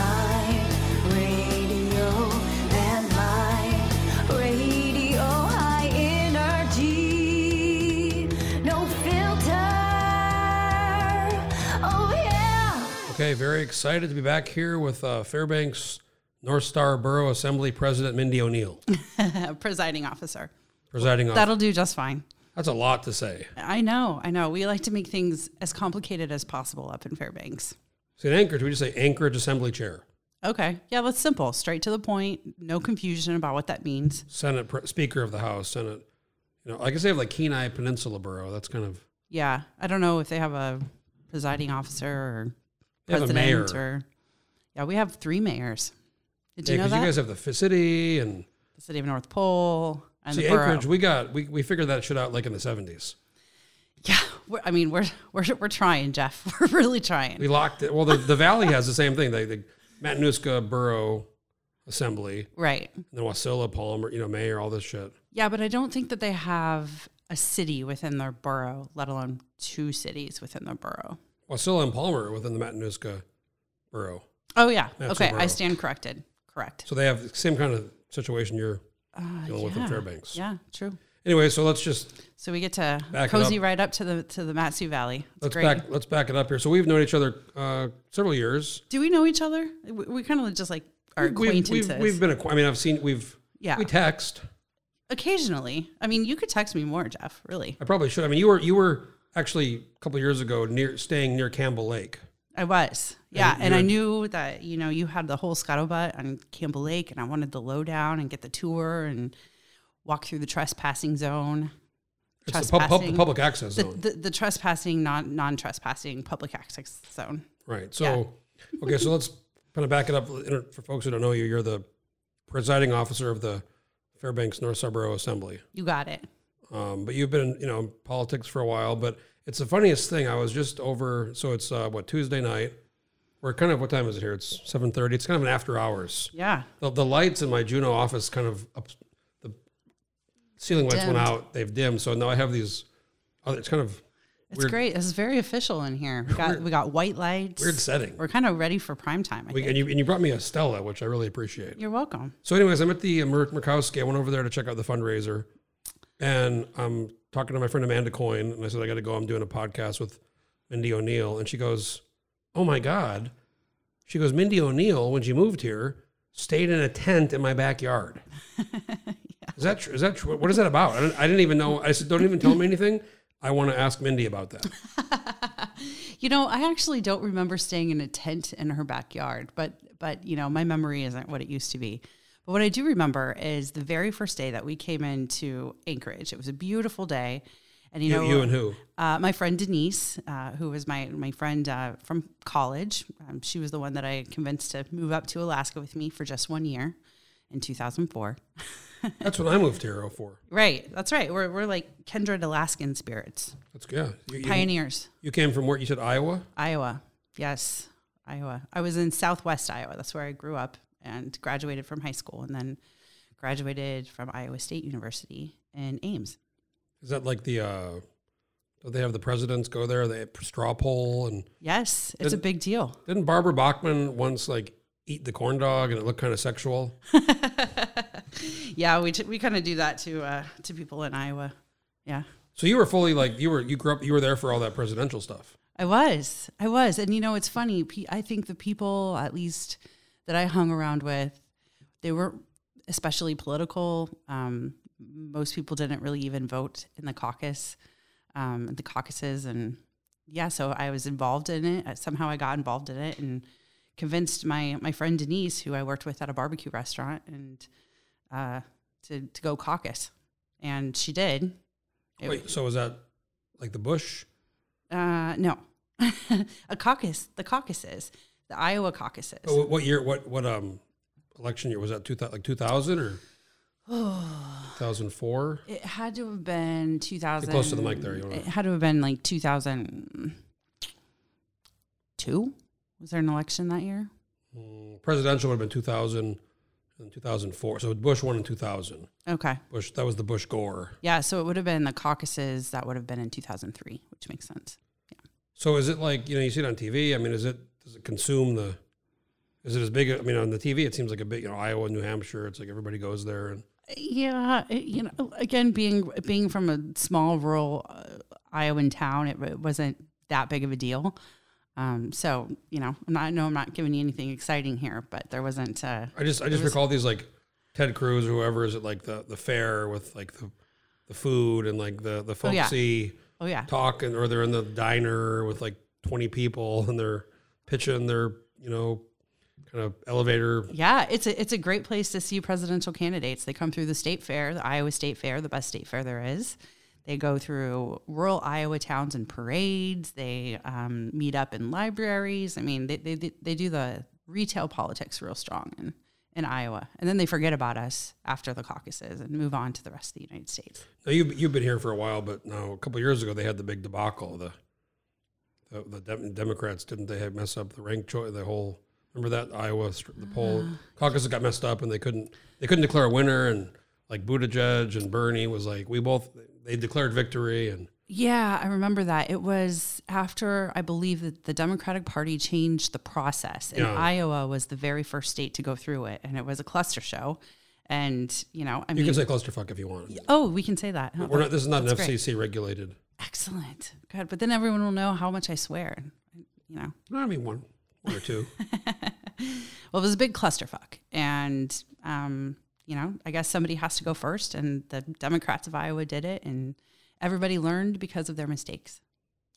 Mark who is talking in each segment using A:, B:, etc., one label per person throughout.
A: Landline radio, landline radio, high energy, no filter. Oh yeah.
B: Okay, very excited to be back here with uh, Fairbanks North Star Borough Assembly President Mindy O'Neill,
C: presiding officer.
B: Oh. presiding officer.
C: That'll do just fine.
B: That's a lot to say.
C: I know, I know. We like to make things as complicated as possible up in Fairbanks.
B: See, in Anchorage, we just say Anchorage Assembly Chair,
C: Okay. Yeah, that's simple. Straight to the point. No confusion about what that means.
B: Senate Pre- Speaker of the House, Senate. You know, I guess they have like Kenai Peninsula Borough. That's kind of
C: Yeah. I don't know if they have a presiding officer or
B: They have a
C: president
B: mayor.
C: or Yeah, we have three mayors. Did
B: yeah,
C: you know
B: because
C: that?
B: you guys have the f- city and
C: the city of North Pole and
B: see
C: the borough.
B: Anchorage. We got we we figured that shit out like in the seventies.
C: yeah. We're, I mean, we're, we're we're trying, Jeff. We're really trying.
B: We locked it. Well, the, the valley has the same thing. They the Matanuska Borough Assembly,
C: right.
B: and then Wasilla, Palmer, you know, mayor, all this shit.
C: Yeah, but I don't think that they have a city within their borough, let alone two cities within their borough.
B: Wasilla and Palmer are within the Matanuska Borough.
C: Oh yeah.
B: That's
C: okay,
B: a
C: I
B: borough.
C: stand corrected. Correct.
B: So they have the same kind of situation you're
C: Uh,
B: dealing with in Fairbanks.
C: Yeah, true.
B: Anyway, so let's just
C: So we get to
B: Back it
C: cozy
B: up.
C: right up to the to the Matsu Valley. It's
B: let's
C: great.
B: back let's back it up here. So we've known each other uh, several years.
C: Do we know each other? We, we kind of just like are
B: We've,
C: acquaintances.
B: we've, we've been acqu- I mean, I've seen we've
C: Yeah.
B: we text.
C: Occasionally, I mean, you could text me more, Jeff. Really,
B: I probably should. I mean, you were you were actually a couple of years ago near staying near Campbell Lake.
C: I was. Yeah,
B: And
C: and I
B: you're-
C: knew that you know you had the whole scuttlebutt on Campbell Lake, and I wanted the lowdown and get the tour and walk through the trespassing zone.
B: It's the pub, pub,
C: Trespassing.
B: public access
C: the,
B: zone.
C: the, the trespassing, non non trespassing public access zone.
B: Right. So, okay, so let's kind of back it up inter- for folks who don't know you. You're the presiding officer of the Fairbanks North Star Borough Assembly.
C: You got it.
B: Um, but you've been, you know, in politics for a while. But it's the funniest thing. I was just over. So it's uh, what Tuesday night. We're kind of what time is it here? It's seven thirty. It's kind of an after hours.
C: Yeah.
B: The, the lights in my Juno office kind of up, the ceiling lights went
C: Dimmed.
B: out. They've dimmed. So now I have these. Other, it's kind of
C: It's
B: Weird.
C: great. This is very official in here. We got we got white lights.
B: weird setting.
C: We're kind of ready for prime time. I
B: We,
C: think.
B: and you and you brought me a Stella, which I really appreciate.
C: You're welcome.
B: So, anyways, I'm at the uh, Mer- Murkowski. I went over there to check out the fundraiser, and I'm talking to my friend Amanda Coyne, and I said I got to go. I'm doing a podcast with Mindy O'Neill, and she goes, "Oh my god," she goes, "Mindy O'Neill, when she moved here, stayed in a tent in my backyard." Is that true? Is that true? What is that about? I didn't, I didn't even know. I said, "Don't even tell me anything." I want to ask Mindy about that.
C: You know, I actually don't remember staying in a tent in her backyard, but but you know, my memory isn't what it used to be. But what I do remember is the very first day that we came into Anchorage. It was a beautiful day, and you,
B: You,
C: know,
B: you and who?
C: uh, my friend Denise, uh, who was my my friend uh, from college. Um, she was the one that I convinced to move up to Alaska with me for just one year in 2004.
B: That's when I moved here. 04.
C: Right, that's right. We're we're like kindred Alaskan spirits,
B: That's yeah. You, you,
C: pioneers.
B: you came from where? You said Iowa.
C: Iowa, yes, Iowa. I was in Southwest Iowa. That's where I grew up and graduated from high school, and then graduated from Iowa State University in Ames.
B: Is that like the uh do they have the presidents go there? They straw poll and
C: Yes, it's a
B: Didn't-
C: big deal.
B: didn't Barbara Bachman once like eat the corn dog and it looked kind of sexual?
C: yeah, we t- we kind of do that to uh, to people in Iowa. Yeah,
B: So you were fully like you were you grew up you were there for all that presidential stuff.
C: I was, I was, and you know, it's funny. Pe- I think the people, at least that I hung around with, they weren't especially political. Um, most people didn't really even vote in the caucus, um, the caucuses, and yeah, so I was involved in it. Uh, Somehow I got involved in it and convinced my my friend Denise, who I worked with at a barbecue restaurant, and uh, to to go caucus, and she did. It-
B: Wait, so was that like the Bush?
C: uh, no, a caucus, the caucuses, the Iowa caucuses.
B: Oh, what year? What what um election year was that? Two thousand like two thousand or two thousand four?
C: It had to have been 2000.
B: close to the mic there, you wanna-
C: It had to have been like 2002. Was there an election that year?
B: Presidential would have been two thousand and two thousand four. So Bush won in two thousand.
C: Okay.
B: Bush that was the Bush Gore.
C: Yeah. So it would have been the caucuses that would have been in 2003, which makes sense.
B: So is it like you know you see it on TV? I mean, is it does it consume the Is it as big? I mean, on the TV, it seems like a big, you know, Iowa, New Hampshire. It's like everybody goes there, and
C: Yeah, it- you know, again, being being from a small rural uh, Iowan town, it, it wasn't that big of a deal. Um, so you know, I'm not, I know I'm not giving you anything exciting here, but there wasn't. Uh,
B: I just I just recall these like Ted Cruz or whoever is at like the the fair with like the the food and like the the
C: yeah.
B: folksy
C: oh yeah,
B: talk, and or they're in the diner with like twenty people and they're pitching their you know kind of elevator.
C: yeah, it's a it's a great place to see presidential candidates. They come through the state fair, the Iowa State Fair, the best state fair there is. They go through rural Iowa towns and parades. They um, meet up in libraries. I mean, they, they they they do the retail politics real strong in in Iowa, and then they forget about us after the caucuses and move on to the rest of the United States.
B: Now you you've been here for a while, but now a couple years ago they had the big debacle. The the, the Dem- Democrats didn't they have mess up the rank choice the whole. Remember that Iowa str- the poll
C: Uh-huh.
B: caucus got messed up and they couldn't they couldn't declare a winner and like Buttigieg and Bernie was like we both they declared victory and
C: Yeah, I remember that. It was after I believe that the Democratic Party changed the process, and
B: Yeah.
C: Iowa was the very first state to go through it, and it was a cluster show. And you know, I
B: you
C: mean,
B: can say clusterfuck if you want.
C: oh, we can say that. huh?
B: We're not this is not an
C: That's great.
B: FCC regulated.
C: Excellent, good. But then everyone will know how much I swear. You know,
B: No, I mean one one or two.
C: well, it was a big clusterfuck, and um, you know, I guess somebody has to go first, and the Democrats of Iowa did it, and everybody learned because of their mistakes.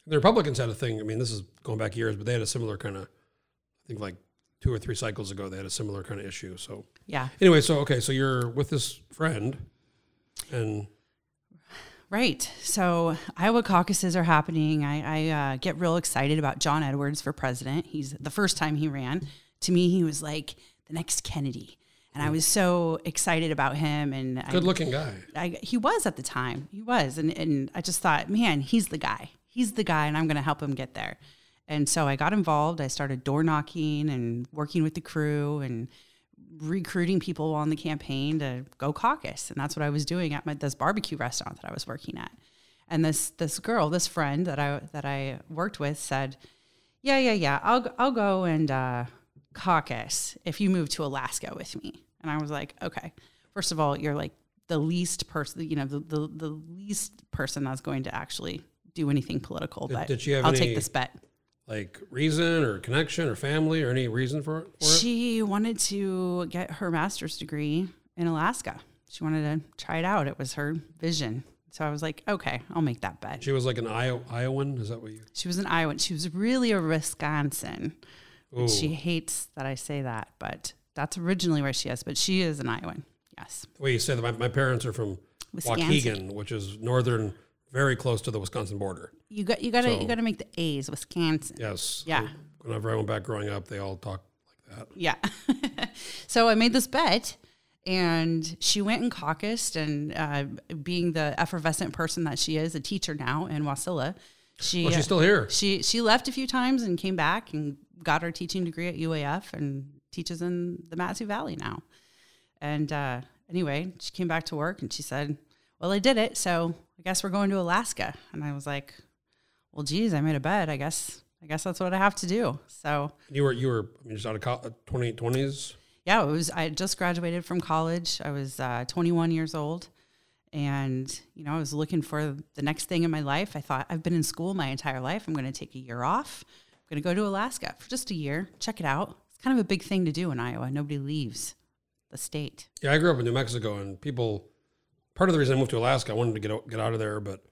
B: The Republicans had a thing. I mean, this is going back years, but they had a similar kind of, I think like two or three cycles ago, they had a similar kind of issue. So
C: Yeah,
B: anyway, so okay, so you're with this friend, and
C: Right. So Iowa caucuses are happening. I, I uh, get real excited about John Edwards for president. He's the first time he ran. To me, he was like the next Kennedy, and I was so excited about him. And I,
B: good looking guy.
C: I, he was at the time. He was, and and I just thought, man, he's the guy. He's the guy, and I'm going to help him get there. And so I got involved. I started door knocking and working with the crew and recruiting people on the campaign to go caucus, and that's what I was doing at my, this barbecue restaurant that I was working at. And this this girl, this friend that I that I worked with, said, "Yeah, yeah, yeah, I'll g- I'll go and uh, caucus if you move to Alaska with me." And I was like, "Okay." First of all, you're like the least person, you know, the, the the least person that's going to actually do anything political. but
B: did she have
C: I'll
B: any-
C: take this bet.
B: Like reason or connection or family or any reason for it? For it?
C: She wanted to get her master's degree in Alaska. She wanted to try it out. It was her vision. So I was like, okay, I'll make that bet.
B: She was like an Iow- Iowan. Is that what you?
C: She was an Iowan. She was really a Wisconsin.
B: Ooh.
C: She hates that I say that, but that's originally where she is. But she is an Iowan. Yes.
B: The way you say that, my, my parents are from
C: Wisconsin.
B: Waukegan, which is northern, very close to the Wisconsin border.
C: You got you gotta
B: So-
C: you gotta make the A's, Wisconsin.
B: Yes.
C: Yeah.
B: Whenever I went back growing up, they all talk like that.
C: Yeah. so I made this bet, and she went and caucused, and uh, being the effervescent person that she is, a teacher now in Wasilla, she uh,
B: Well, Oh, she's still here.
C: she she left a few times and came back and got her teaching degree at UAF and teaches in the Matsu Valley now. And uh, anyway, she came back to work and she said, "Well, I did it, so I guess we're going to Alaska." And I was like, "Well, geez, I made a bet. I guess I guess that's what I have to do." So.
B: You were you were I mean, just out of college, twenty twenties.
C: yeah, it was. I had just graduated from college. I was uh, 21 years old, and you know, I was looking for the next thing in my life. I thought I've been in school my entire life. I'm going to take a year off. I'm going to go to Alaska for just a year, check it out. It's kind of a big thing to do in Iowa. Nobody leaves the state.
B: Yeah, I grew up in New Mexico, and people. Part of the reason I moved to Alaska, I wanted to get out, get out of there, but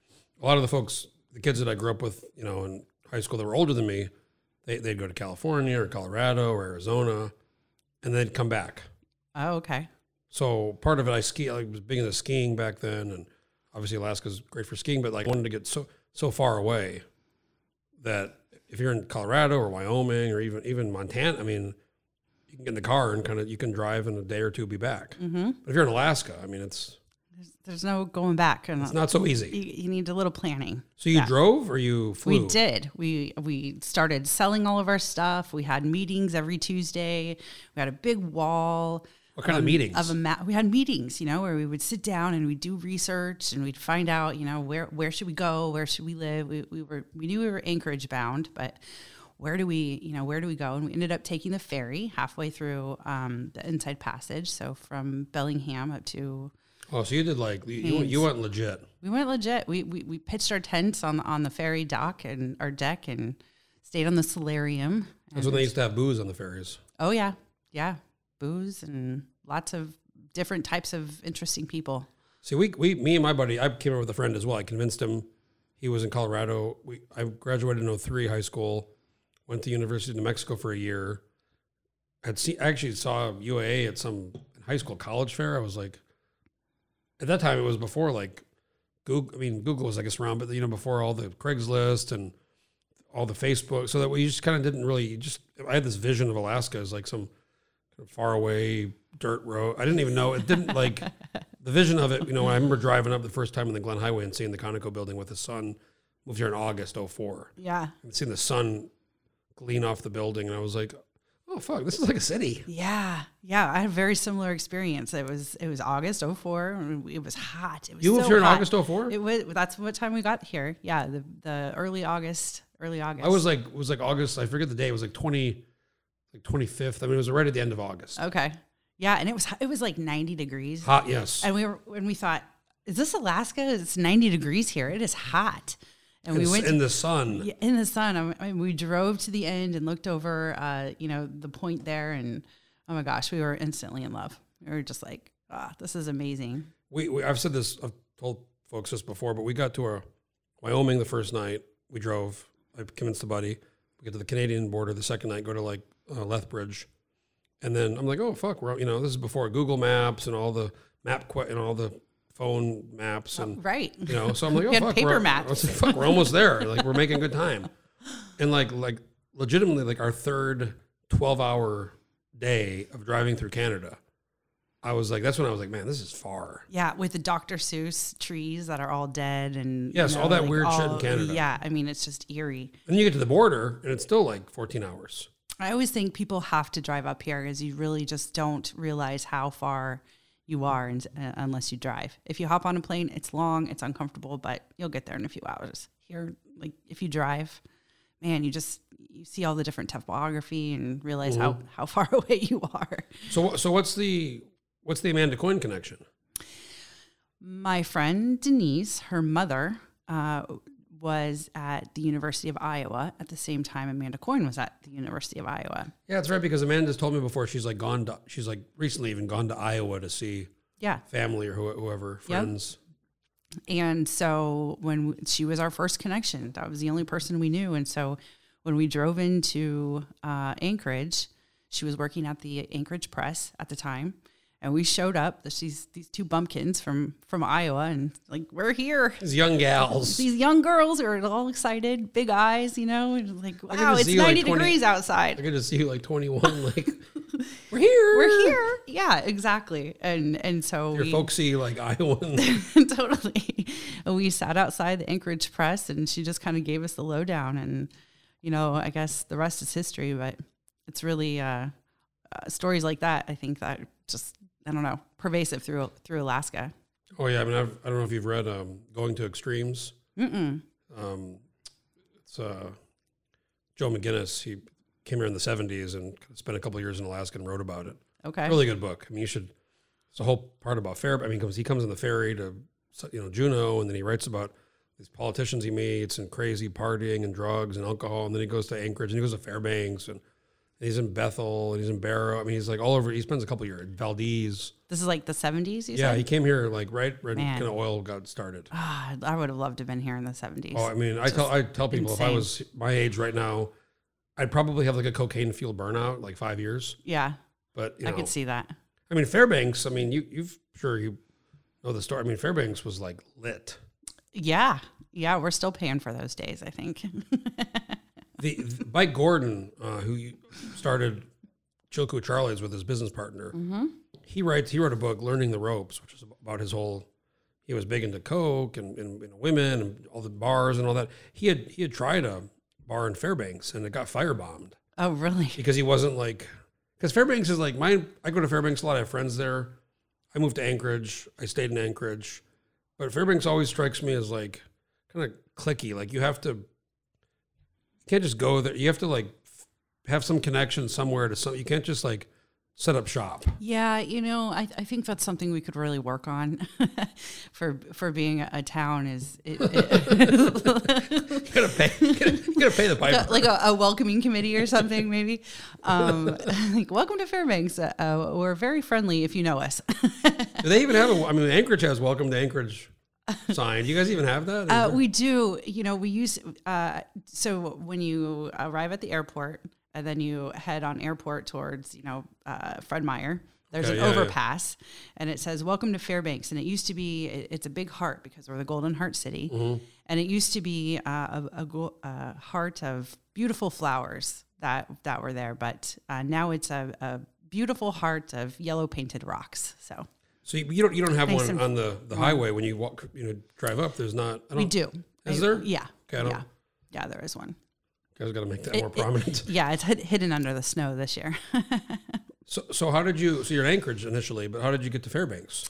B: a lot of the folks, the kids that I grew up with, you know, in high school that were older than me, they they'd go to California or Colorado or Arizona, and they'd come back.
C: Oh, okay.
B: So part of it, I ski. I was big into skiing back then, and obviously Alaska's great for skiing. But like, I wanted to get so so far away that if you're in Colorado or Wyoming or even even Montana, I mean, you can get in the car and kind of you can drive in a day or two, be back. Mm-hmm. But if you're in Alaska, I mean, it's
C: There's no going back, and
B: it's not so easy.
C: you, you need a little planning.
B: So you drove or you flew?
C: E We did. We we started selling all of our stuff. We had meetings every Tuesday. We had a big wall.
B: What kind of meetings?
C: of a map. We had meetings, you know, where we would sit down and we'd do research and we'd find out, you know, where where should we go, where should we live. We, we were we knew we were Anchorage bound, but where do we, you know, where do we go? And we ended up taking the ferry halfway through um, the Inside Passage, so from Bellingham up to.
B: Oh, so you did like you, you went- you went legit.
C: We went legit. We, we we pitched our tents on the on the ferry dock and our deck and stayed on the solarium.
B: That's
C: Mm-hmm.
B: when they used to have booze on the ferries.
C: Oh yeah, yeah, booze and lots of different types of interesting people.
B: See, we, we me and my buddy, I came over with a friend as well. I convinced him he was in Colorado. We I graduated in 03 high school, went to University of New Mexico for a year. Had see, actually saw UAA at some high school college fair. I was like, at that time it was before like Google. I mean, Google was I guess around, but you know before all the Craigslist and all the Facebook. So that we just kind of didn't really you just. I had this vision of Alaska as like some far away dirt road. I didn't even know it didn't like the vision of it. You know, I remember driving up the first time on the Glen Highway and seeing the Conoco building with the sun. Moved here in August 04
C: Yeah,
B: and seeing the sun glean off the building, and I was like, "Oh fuck, this is like a city."
C: yeah, yeah. I had a very similar experience. It was it was August 04. and It was hot. It was
B: You moved
C: so
B: here in
C: hot.
B: August 04?
C: It was that's what time we got here. Yeah, the the early August, early August.
B: I was like, it was like August. I forget the day. It was like twenty, like twenty fifth. I mean, it was right at the end of August.
C: okay. Yeah, and it was it was like 90 degrees.
B: Hot, yes.
C: and we were and we thought, is this Alaska? It's ninety degrees here. It is hot, and we
B: in,
C: went
B: in the sun.
C: yeah, in the sun. I mean, I mean, we drove to the end and looked over, uh, you know, the point there, and oh my gosh, we were instantly in love. We were just like, ah, this is amazing.
B: we, we I've said this I've told folks this before, but we got to our Wyoming the first night. We drove. I convinced the buddy. We get to the Canadian border the second night. Go to like uh, Lethbridge, and then I'm like, oh fuck, we're out- you know this is before Google Maps and all the map que- and all the phone maps and
C: Right?
B: you know. So I'm like, oh
C: We had
B: fuck,
C: paper
B: we're,
C: maps.
B: I was like, fuck, we're almost there. Like we're making good time, and like like legitimately like our third twelve hour day of driving through Canada. I was like, that's when I was like, man, this is far.
C: Yeah, with the Dr. Seuss trees that are all dead, and you
B: Yes, all that weird shit in
C: all-
B: Canada.
C: Yeah, I mean, it's just eerie.
B: And then you get to the border, and it's still like 14 hours.
C: I always think people have to drive up here because you really just don't realize how far you are and, uh, unless you drive. If you hop on a plane, it's long, it's uncomfortable, but you'll get there in a few hours. Here, like if you drive, man, you just you see all the different topography and realize
B: Mm-hmm.
C: how how far away you are.
B: So, so what's the what's the Amanda Coin connection?
C: My friend Denise, her mother, uh, was at the University of Iowa at the same time Amanda Coyne was at the University of Iowa.
B: Yeah, that's right. Because Amanda's told me before she's like gone. To, she's like recently even gone to Iowa to see
C: Yeah.
B: family or who- whoever friends.
C: And so when w- she was our first connection, that was the only person we knew. And so when we drove into uh, Anchorage, she was working at the Anchorage Press at the time. And we showed up. There's These these two bumpkins from from Iowa, and like we're here.
B: These young gals.
C: These young girls are all excited, big eyes, you know, and like
B: get
C: wow,
B: to
C: it's
B: see, like,
C: ninety
B: 20
C: degrees outside.
B: I get to see you like 21. Like we're here.
C: We're here, yeah, exactly. And and so
B: Your
C: we,
B: folksy like Iowan.
C: totally. And we sat outside the Anchorage Press, and she just kind of gave us the lowdown. And you know, I guess the rest is history. But it's really uh, uh, stories like that. I think that just I don't know pervasive through through Alaska.
B: oh yeah, I mean I've, I don't know if you've read um, Going to Extremes.
C: Mm-mm.
B: Um, it's uh, Joe McGinnis. He came here in the 70s and spent a couple of years in Alaska and wrote about it.
C: Okay.
B: Really good book. I mean, you should. It's a whole part about fair. I mean, comes he comes on the ferry to you know Juneau, and then he writes about these politicians he meets and crazy partying and drugs and alcohol, and then he goes to Anchorage and he goes to Fairbanks and. He's in Bethel and he's in Barrow. I mean, he's like all over. He spends a couple years in Valdez.
C: This is like the seventies. You
B: Yeah,
C: said.
B: he came here like right when
C: Man.
B: kind of oil got started.
C: Ah, I would have loved to have been here in the seventies.
B: Oh, I mean, I tell I tell people if I
C: insane.
B: was my age right now, I'd probably have like a cocaine fueled burnout, like five years.
C: yeah,
B: But you
C: I
B: know,
C: could see that.
B: I mean, Fairbanks. I mean, you you've sure you know the story. I mean, Fairbanks was like lit.
C: Yeah, yeah, we're still paying for those days. I think.
B: The, the Mike Gordon, uh, who you- started Chilku Charlie's with his business partner, he writes. He wrote a book, Learning the Ropes, which is about his whole. He was big into coke and, and, and women and all the bars and all that. He had he had tried a bar in Fairbanks and it got firebombed.
C: oh, really?
B: because he wasn't like because Fairbanks is like my I go to Fairbanks a lot. I have friends there. I moved to Anchorage. I stayed in Anchorage, but Fairbanks always strikes me as like kind of clicky. Like you have to can't just go there. You have to like f- have some connection somewhere to some. You can't just like set up shop.
C: Yeah, you know, I, I think that's something we could really work on for for being a, a town is it, it-
B: You gotta pay. You gotta, you gotta pay the piper.
C: like a, a welcoming committee or something maybe. Um, like welcome to Fairbanks. Uh, uh, we're very friendly if you know us.
B: Do they even have a? I mean, Anchorage has "Welcome to Anchorage" sign. Do you guys even have that? Is
C: Uh,
B: there-
C: we do. You know, we use. Uh, so when you arrive at the airport and then you head on airport towards, you know, uh, Fred Meyer, there's
B: Okay,
C: an
B: yeah, yeah.
C: overpass and it says, Welcome to Fairbanks. And it used to be, it- it's a big heart because we're the Golden Heart City.
B: Mm-hmm.
C: And it used to be uh, a, a, go- a heart of beautiful flowers that, that were there. But uh, now it's a, a beautiful heart of yellow painted rocks. So
B: so you, you don't you don't have
C: Nice
B: one
C: and-
B: on the, the highway when you walk you know drive up. There's not. I don't,
C: we do.
B: Is
C: I-
B: there?
C: Yeah.
B: Okay, I don't-
C: yeah. Yeah, there is one.
B: Guys, got to make that more
C: it-
B: prominent.
C: Yeah, it's hid- hidden under the snow this year.
B: So, so how did you? So you're in Anchorage initially, but how did you get to Fairbanks?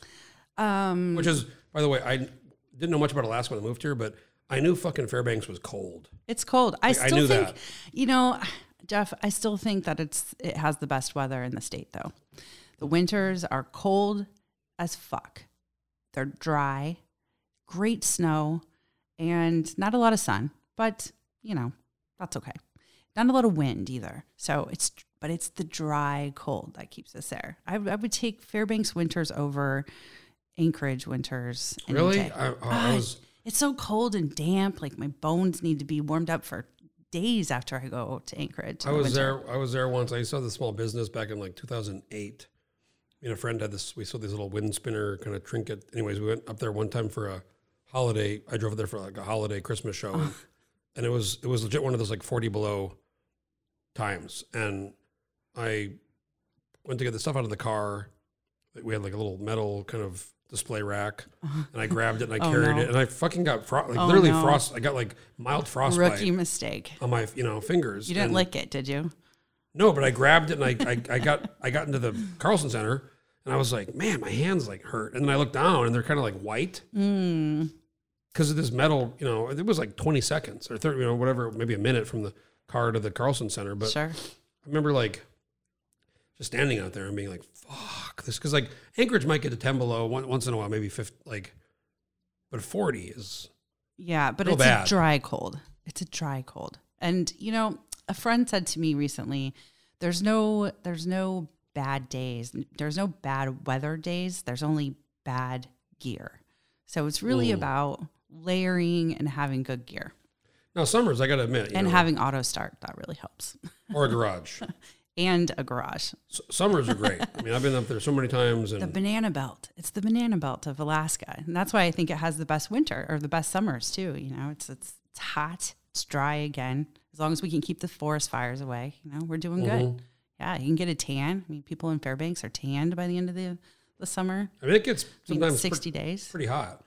B: Um, Which is, by the way, I didn't know much about Alaska when I moved here, but I knew fucking Fairbanks was cold.
C: It's cold. I
B: I
C: still
B: knew
C: think,
B: that.
C: you know, Jeff, I still think that it's it has the best weather in the state though. The winters are cold as fuck. They're dry, great snow, and not a lot of sun, but you know, that's okay. Not a lot of wind either. So it's but it's the dry cold that keeps us there. I, I would take Fairbanks winters over Anchorage winters. any
B: Really,
C: day.
B: I, I, I
C: Ah,
B: was.
C: It's so cold and damp. Like my bones need to be warmed up for days after I go to Anchorage. in
B: I
C: the
B: was
C: winter.
B: there. I was there once. I saw the small business back in like 2008. Me and a friend had this. We saw this little wind spinner kind of trinket. Anyways, we went up there one time for a holiday. I drove there for like a holiday Christmas show,
C: Oh.
B: and, and it was it was legit one of those like 40 below times. And I went to get the stuff out of the car. We had like a little metal kind of display rack, and I grabbed it and I
C: Oh,
B: carried
C: no.
B: it, and I fucking got fro- like
C: Oh,
B: literally
C: no.
B: frost. I got like mild frostbite
C: Rookie mistake.
B: on my you know fingers.
C: You didn't
B: and-
C: lick it, did you?
B: no, but I grabbed it and I, I, I got I got into the Carlson Center and I was like, man, my hands like hurt. And then I looked down and they're kind of like white
C: Mm.
B: because of this metal. You know, it was like 20 seconds or 30, you know, whatever, maybe a minute from the car to the Carlson Center. But
C: sure.
B: I remember like just standing out there and being like, fuck this, because like Anchorage might get to 10 below one, once in a while, maybe 50, like, but 40 is
C: Yeah, but
B: Real
C: it's
B: bad.
C: a dry cold. It's a dry cold. And you know, a friend said to me recently, there's no there's no bad days. There's no bad weather days. There's only bad gear. So it's really
B: Ooh.
C: about layering and having good gear
B: now summers. I got to admit, you
C: and
B: know,
C: having auto start. That really helps.
B: or a garage.
C: and a garage.
B: S- summers are great. I mean, I've been up there so many times and
C: The banana belt. It's the banana belt of Alaska. And that's why I think it has the best winter or the best summers too. You know, it's it's it's hot, it's dry again. As long as we can keep the forest fires away, you know, we're doing
B: Mm-hmm.
C: good. Yeah, you can get a tan. I mean, people in Fairbanks are tanned by the end of the, the summer.
B: I mean, it gets
C: I mean,
B: sometimes
C: 60
B: pretty,
C: days.
B: pretty hot.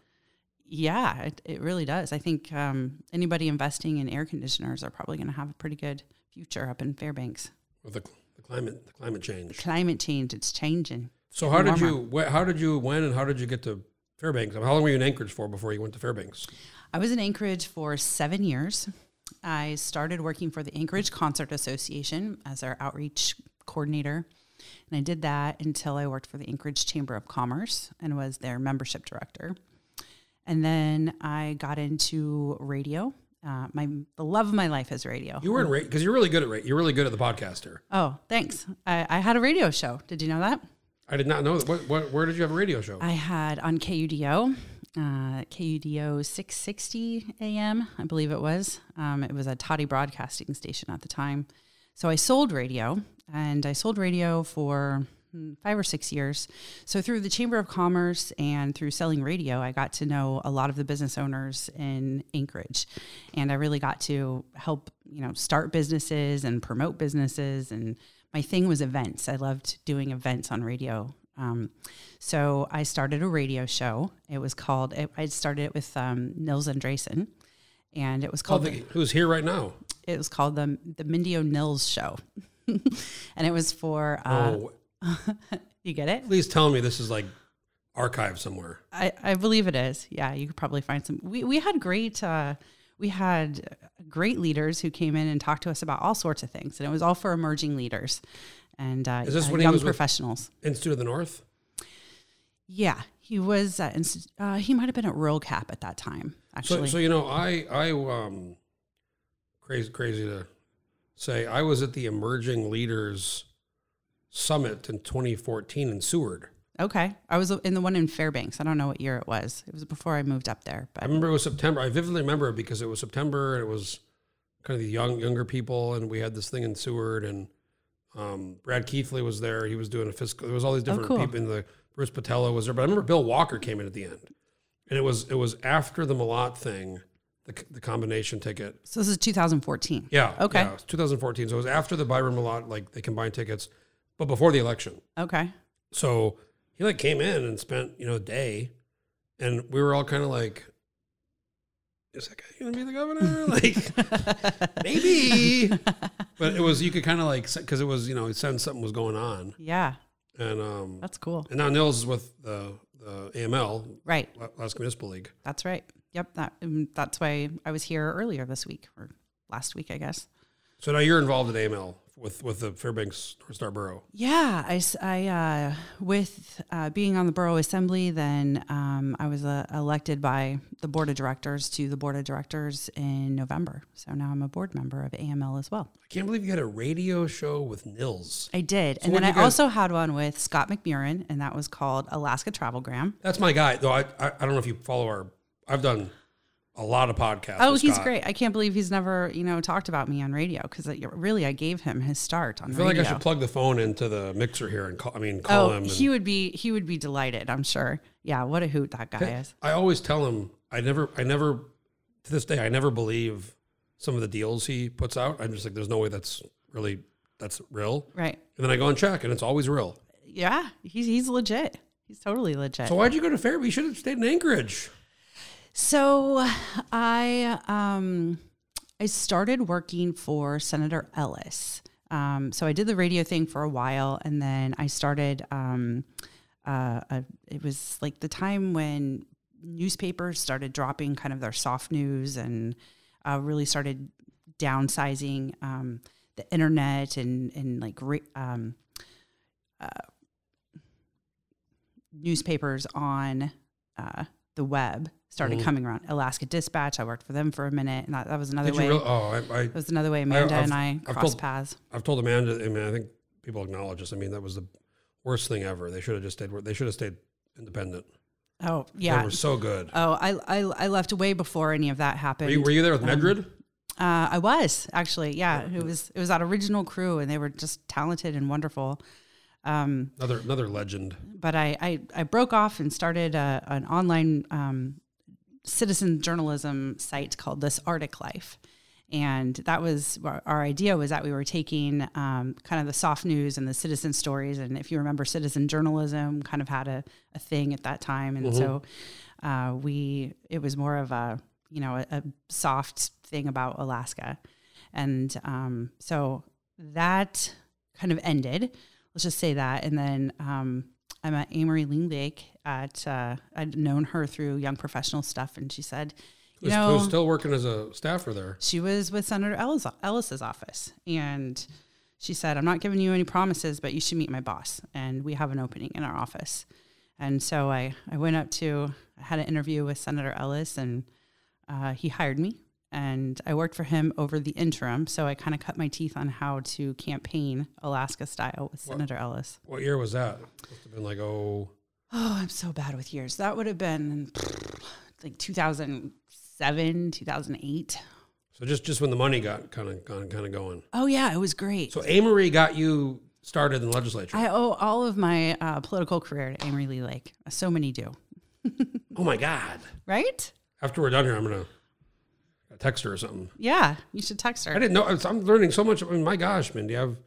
C: Yeah, it, it really does. I think um, anybody investing in air conditioners are probably going to have a pretty good future up in Fairbanks.
B: with the, cl- the climate the climate change.
C: Climate change, it's changing.
B: So how did
C: warmer.
B: you wh- how did you when and how did you get to Fairbanks? I mean, how long were you in Anchorage for before you went to Fairbanks?
C: I was in Anchorage for seven years. I started working for the Anchorage Concert Association as our outreach coordinator. And I did that until I worked for the Anchorage Chamber of Commerce and was their membership director. And then I got into radio. Uh, my the love of my life is radio.
B: You were in rate because you're really good at rate. You're really good at the podcaster.
C: oh, thanks. I, I had a radio show. Did you know that?
B: I did not know that. What, what where did you have a radio show?
C: I had on KUDO, uh, KUDO 660 AM, I believe it was. Um, it was a toddy broadcasting station at the time. So I sold radio and I sold radio for mm, five or six years. So through the Chamber of Commerce and through selling radio, I got to know a lot of the business owners in Anchorage. And I really got to help, you know, start businesses and promote businesses. And my thing was events. I loved doing events on radio. Um, so I started a radio show. It was called, I- I started it with um, Nils Andresen. And it was
B: Oh,
C: called
B: the, who's here right now?
C: it was called the the Mindy O'Neill's show, and it was for uh,
B: oh,
C: you get it.
B: please tell me this is like archived somewhere.
C: I, I believe it is. Yeah, you could probably find some. We we had great. Uh, we had great leaders who came in and talked to us about all sorts of things, and it was all for emerging leaders and uh,
B: Is this
C: uh,
B: when he
C: young
B: was with-
C: professionals.
B: Institute of the North.
C: Yeah, he was. Uh, inst- uh, he might have been at Rural Cap at that time,
B: So,
C: actually.
B: so you know, I I um, crazy crazy to say I was at the Emerging Leaders Summit in 2014 in Seward.
C: okay, I was in the one in Fairbanks. I don't know what year it was. It was before I moved up there,
B: I
C: but
B: remember it was September. I vividly remember it because it was September and it was kind of the young younger people, and we had this thing in Seward, and um, Brad Keithley was there. He was doing a fiscal. There was all these different
C: Oh, cool.
B: people. And the Bruce Patello was there, but I remember Bill Walker came in at the end, and it was it was after the Malat thing, the c- the combination ticket.
C: so this is 2014.
B: Yeah.
C: Okay.
B: Yeah, it was 2014. So it was after the Byron Malott, like they combined tickets, but before the election.
C: Okay.
B: So he like came in and spent, you know, a day and we were all kind of like, is that guy going to be the governor? like maybe, but it was, you could kind of like, se- cause it was, you know, it sounded something was going on.
C: Yeah,
B: And, um,
C: that's cool.
B: and now Nils is with the, the AML,
C: Right.
B: La- Alaska Municipal League.
C: That's right. Yep. That um, that's why I was here earlier this week or last week, I guess.
B: So now you're involved at AML with, with the Fairbanks North Star Borough.
C: Yeah, I, s- I, uh, with uh, being on the borough assembly, then um, I was uh, elected by the board of directors to the board of directors in November. So now I'm a board member of AML as well.
B: I can't believe you had a radio show with Nils.
C: I did, and
B: what
C: then
B: do
C: I
B: you guys-
C: also had one with Scott McMurrin, and that was called Alaska Travelgram.
B: That's my guy, though. I, I I don't know if you follow our. I've done a lot of podcasts.
C: Oh,
B: with
C: he's
B: Scott.
C: great! I can't believe he's never, you know, talked about me on radio because really I gave him his start on
B: I feel
C: radio.
B: like I should plug the phone into the mixer here and call. I mean, call
C: Oh,
B: him. And
C: he would be he would be delighted, I'm sure. Yeah, what a hoot that guy is.
B: I always tell him. I never. I never. To this day, I never believe some of the deals he puts out. I'm just like, there's no way that's really that's real.
C: Right.
B: And then I go and check, and it's always real.
C: Yeah, he's he's legit. He's totally legit.
B: So
C: So,
B: why'd you go to Fairbanks? You should have stayed in Anchorage.
C: I um I started working for Senator Ellis. Um, so I did the radio thing for a while, and then I started. Um, uh, a, it was like the time when newspapers started dropping kind of their soft news and uh, really started downsizing um, the internet and and like re- um, uh, newspapers on uh, the web started
B: Mm.
C: coming around. Alaska Dispatch, I worked for them for a minute, and that, that was another
B: Did
C: way.
B: you real, oh, I, I
C: that was another way Amanda
B: I've-
C: and I
B: I've told-
C: crossed paths.
B: I've told Amanda. I mean, I think people acknowledge this. I mean, that was the worst thing ever. They should have just stayed. where- They should have stayed independent.
C: Oh
B: They
C: yeah.
B: were so good.
C: Oh, I, I I left way before any of that happened.
B: Were you, were you
C: um,
B: there with Medrid?
C: Uh, I was actually, yeah. It was it was that original crew, and they were just talented and wonderful.
B: another another legend.
C: But I I, I broke off and started a, an online um, citizen journalism site called This Arctic Life, and that was our, our idea was that we were taking um, kind of the soft news and the citizen stories, and if you remember, citizen journalism kind of had a, a thing at that time, and so uh, we it was more of a you know a, a soft thing about Alaska, and um, so that kind of ended. Let's just say that, and then um, I met Amory Linglake at uh, I'd known her through young professional stuff, and she said, you
B: Who's,
C: know,
B: who's still working as a staffer there?
C: she was with Senator Ellis, Ellis's office, and she said, "I'm not giving you any promises, but you should meet my boss, and we have an opening in our office." And so I, I went up to, I had an interview with Senator Ellis, and uh, he hired me, and I worked for him over the interim. So I kind of cut my teeth on how to campaign Alaska style with Senator Ellis.
B: What year was that? Must have been like oh,
C: Oh, I'm so bad with years. That would have been like 2007, 2008.
B: so just just when the money got kind of gone kind of going.
C: Oh yeah, it was great.
B: So Amory got you started in the legislature.
C: I owe all of my uh, political career to Amory Lee Lake. So many do,
B: oh my god!
C: right?
B: After we're done here, I'm gonna text her or something.
C: Yeah, you should text
B: I
C: her.
B: didn't know. it's- I'm learning so much. I mean, my gosh, Mindy, I've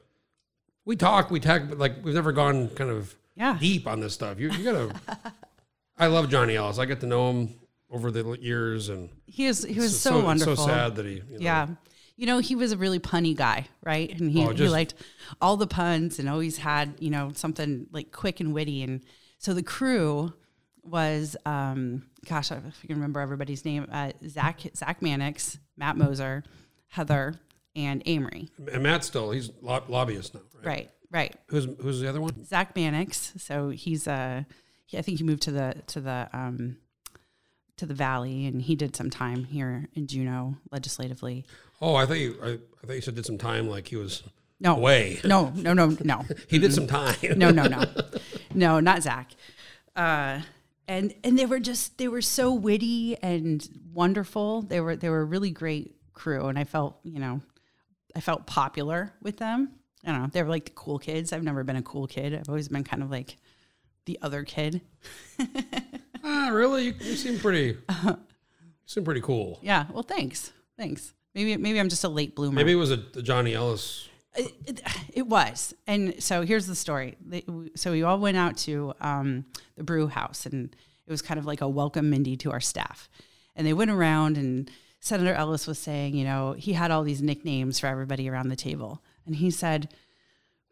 B: we talk, we tag, but like we've never gone kind of
C: Yeah.
B: deep on this stuff. You you gotta. I love Johnny Ellis. I get to know him over the years, and
C: He is. He was
B: it's
C: so,
B: it's
C: wonderful.
B: So sad that he. You know,
C: Yeah. You know, he was a really punny guy, right? And he,
B: Oh,
C: he
B: just-
C: liked all the puns and always had, you know, something like quick and witty. And so the crew was um, gosh, I- if you can remember everybody's name, uh, Zach Zach Mannix, Matt Moser, Heather, and Amory.
B: And Matt's still he's lo- lobbyist now, right?
C: Right, right.
B: Who's who's the other one?
C: Zach Mannix. So he's uh, he, I think he moved to the to the um, to the Valley, and he did some time here in Juneau legislatively.
B: Oh, I thought you I, I thought you said did some time like he was
C: No,
B: away.
C: no, no, no, no.
B: He did some time.
C: no, no, no, no, not Zach. Uh, and and they were just they were so witty and wonderful. They were they were a really great crew, and I felt you know, I felt popular with them. I don't know. They were like the cool kids. I've never been a cool kid. I've always been kind of like the other kid.
B: Ah, really? You, you seem pretty. You seem pretty cool.
C: Yeah. Well, thanks, thanks. Maybe maybe I'm just a late bloomer.
B: Maybe it was a, a Johnny Ellis.
C: it, it- it was. And so here's the story. They- So we all went out to um, the brew house, and it was kind of like a welcome Mindy to our staff. And they went around, and Senator Ellis was saying, you know, he had all these nicknames for everybody around the table. And he said,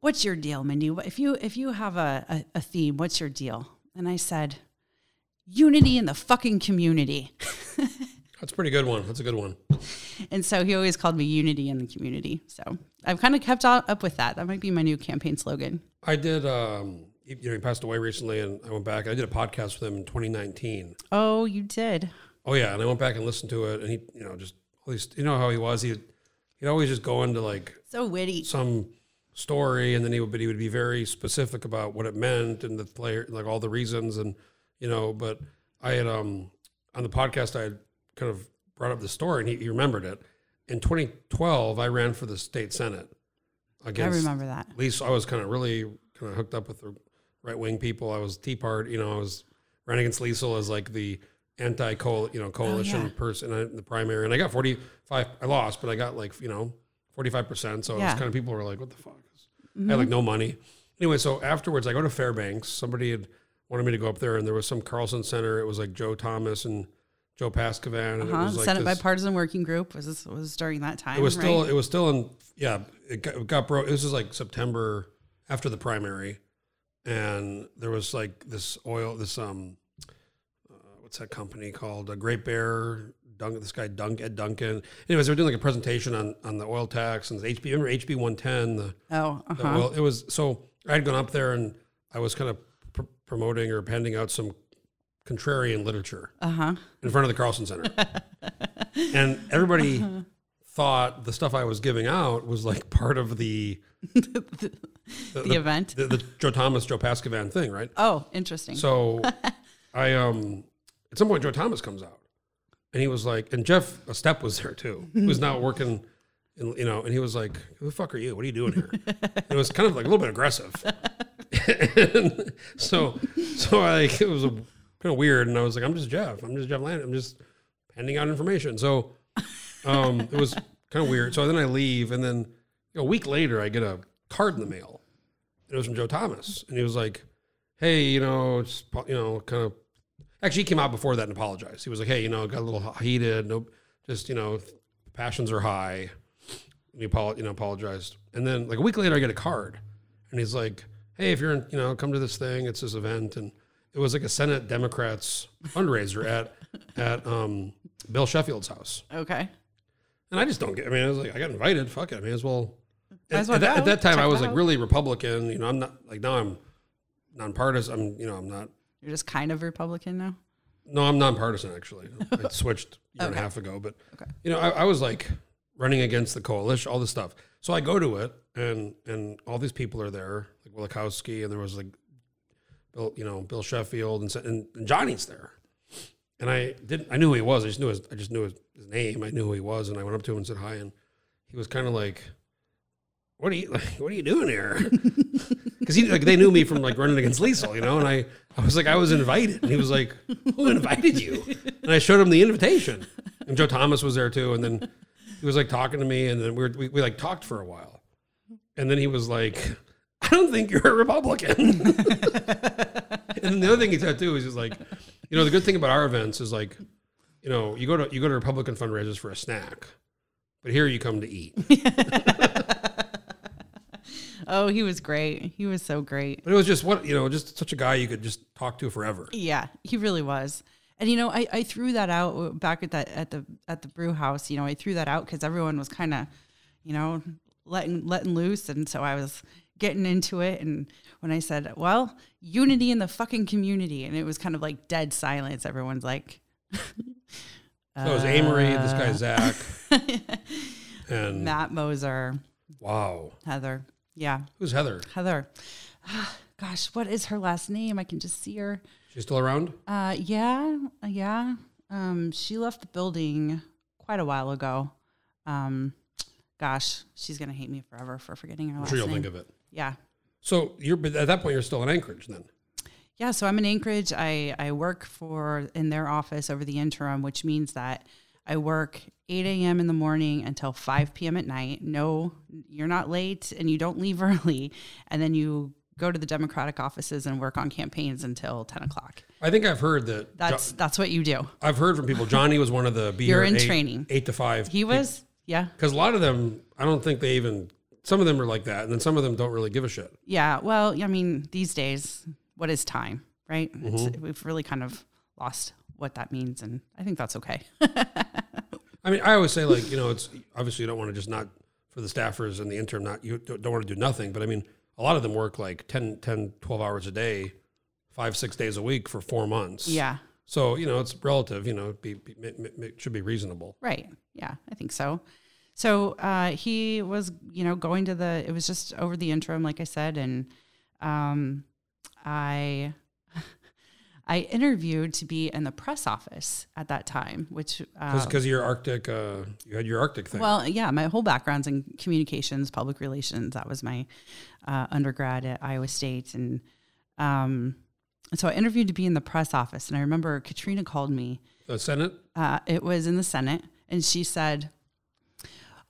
C: What's your deal, Mindy? What- If you, if you have a, a, a theme, what's your deal? And I said, Unity in the fucking community.
B: That's a pretty good one. That's a good one.
C: And so he always called me Unity in the community. So I've kind of kept on- up with that. That might be my new campaign slogan.
B: I did. Um, you know, he passed away recently, and I went back. I did a podcast with him in 2019.
C: Oh, you did.
B: Oh yeah, and I went back and listened to it, and he, you know, just all these. You know how he was. He, he'd always just go into like
C: So witty.
B: some story, and then he would, but he would be very specific about what it meant and the player, like all the reasons, and you know. But I had um on the podcast, I had kind of brought up the story, and he, he remembered it. In 2012, I ran for the state senate
C: I
B: against
C: remember that.
B: at least I was kind of really kind of hooked up with the right wing people. I was Tea Party, you know, I was running against Liesel as like the anti coal, you know, coalition
C: Oh, yeah.
B: person in the primary, and I got forty five. I lost, but I got like you know forty five percent. So it was
C: Yeah. Mm-hmm.
B: kind of people were like, "What the fuck?" I had like no money. Anyway, so afterwards, I go to Fairbanks. Somebody had wanted me to go up there, and there was some Carlson Center. It was like Joe Thomas and Joe Pascavan, and it
C: Huh?
B: was like
C: Uh-huh. Senate
B: this-
C: bipartisan working group was this was during that time.
B: it was
C: right?
B: still it was still in yeah it got, it got bro this is like september after the primary and there was like this oil this um uh, what's that company called a great bear Dunk, this guy Dunk Ed Duncan. Anyways, they were doing like a presentation on on the oil tax and the HP. Remember HB one ten? The
C: Oh, uh
B: the
C: huh.
B: oil. It was so I had gone up there and I was kind of pr- promoting or handing out some contrarian literature
C: Uh huh.
B: in front of the Carlson Center. and everybody thought the stuff I was giving out was like part of the
C: The, event.
B: the, the Joe Thomas Joe Pascavan thing, right?
C: oh, interesting.
B: So I um at some point Joe Thomas comes out and he was like and Jeff a step was there too. Who's now working in, you know, and he was like, Who the fuck are you? What are you doing here? And it was kind of like a little bit aggressive. and so so I like it was a, kind of weird and I was like, I'm just Jeff. I'm just Jeff Land. I'm just handing out information. So um it was kind of weird. So then I leave and then a week later I get a card in the mail. It was from Joe Thomas. And he was like, hey, you know, it's, po- you know, kind of. Actually, he came out before that and apologized. He was like, hey, you know, got a little heated. No, just you know, passions are high. And he apolog- you know, apologized. And then like a week later, I get a card, and he's like, hey, if you're in, you know, come to this thing. It's this event, and it was like a Senate Democrats fundraiser at at um, Bill Sheffield's house.
C: okay.
B: And I just don't get. I mean, I was like, I got invited. Fuck it. I may as well.
C: Might
B: At,
C: as well
B: at that,
C: go,
B: at that time,
C: check
B: I
C: it
B: was like
C: out.
B: really Republican. You know, I'm not like now I'm nonpartisan. I'm you know I'm not
C: You're just kind of Republican now.
B: No, I'm nonpartisan actually. I switched a year and a half ago, but you know, I, I was like running against the coalition, all this stuff. So I go to it, and and all these people are there, like Wilakowski, and there was like Bill, you know, Bill Sheffield, and, so- and, and Johnny's there. And I didn't, I knew who he was. I just knew his, I just knew his, his name. I knew who he was, and I went up to him and said hi, and he was kind of like, "What are you, like, what are you doing here?" because he like they knew me from like running against Liesel, you know, and I I was like I was invited, and he was like, "Who invited you?" And I showed him the invitation, and Joe Thomas was there too, and then he was like talking to me, and then we were, we, we like talked for a while, and then he was like, "I don't think you're a Republican." and then the other thing he said too is just like, you know, the good thing about our events is like, you know, you go to you go to Republican fundraisers for a snack, but here you come to eat.
C: Oh, he was great. He was so great.
B: But it was just what you know, just such a guy you could just talk to forever.
C: Yeah, he really was. And you know, I, I threw that out back at that at the at the brew house. You know, I threw that out because everyone was kind of, you know, letting letting loose, and so I was getting into it. And when I said, "Well, unity in the fucking community," and it was kind of like dead silence. Everyone's like,
B: So it was Amory, this guy Zach, and
C: Uh. "Matt Moser,
B: wow,
C: Heather, yeah,
B: who's Heather?
C: Heather." Gosh, what is her last name? I can just see her.
B: She's still around?
C: Uh, yeah, uh, yeah. Um, she left the building quite a while ago. Um, gosh, she's gonna hate me forever for forgetting her
B: I'm
C: last
B: sure you'll
C: name.
B: think of it.
C: yeah,
B: So you're but at that point you're still in Anchorage then.
C: yeah. So I'm in Anchorage. I I work for in their office over the interim, which means that I work 8 a.m. in the morning until 5 p.m. at night. No, you're not late, and you don't leave early. And then you go to the Democratic offices and work on campaigns until 10 o'clock.
B: I think I've heard that.
C: That's that's what you do.
B: I've heard from people. Johnny was one of the be
C: You're
B: here at
C: in
B: eight-
C: training.
B: eight to five.
C: He was, yeah.
B: because a lot of them. I don't think they even. Some of them are like that, and then some of them don't really give a shit.
C: Yeah. Well, I mean, these days, what is time, right? It's, we've really kind of lost what that means. And I think that's okay.
B: I mean, I always say like you know, it's obviously you don't want to just not for the staffers and the interim not you don't want to do nothing, but I mean, a lot of them work like 10, 10 12 hours a day, five six days a week for four months.
C: yeah.
B: So you know, it's relative. You know, be, be, mi- mi- mi- should be reasonable.
C: Right. Yeah. I think so. So uh, he was, you know, going to the, it was just over the interim, like I said. And um, I, I interviewed to be in the press office at that time, which, uh,
B: Because your Arctic, uh, you had your Arctic thing.
C: Well, yeah, my whole background's in communications, public relations. That was my uh, undergrad at Iowa State, and um, so I interviewed to be in the press office. And I remember Katrina called me.
B: the Senate.
C: Uh, it was in the Senate, and she said,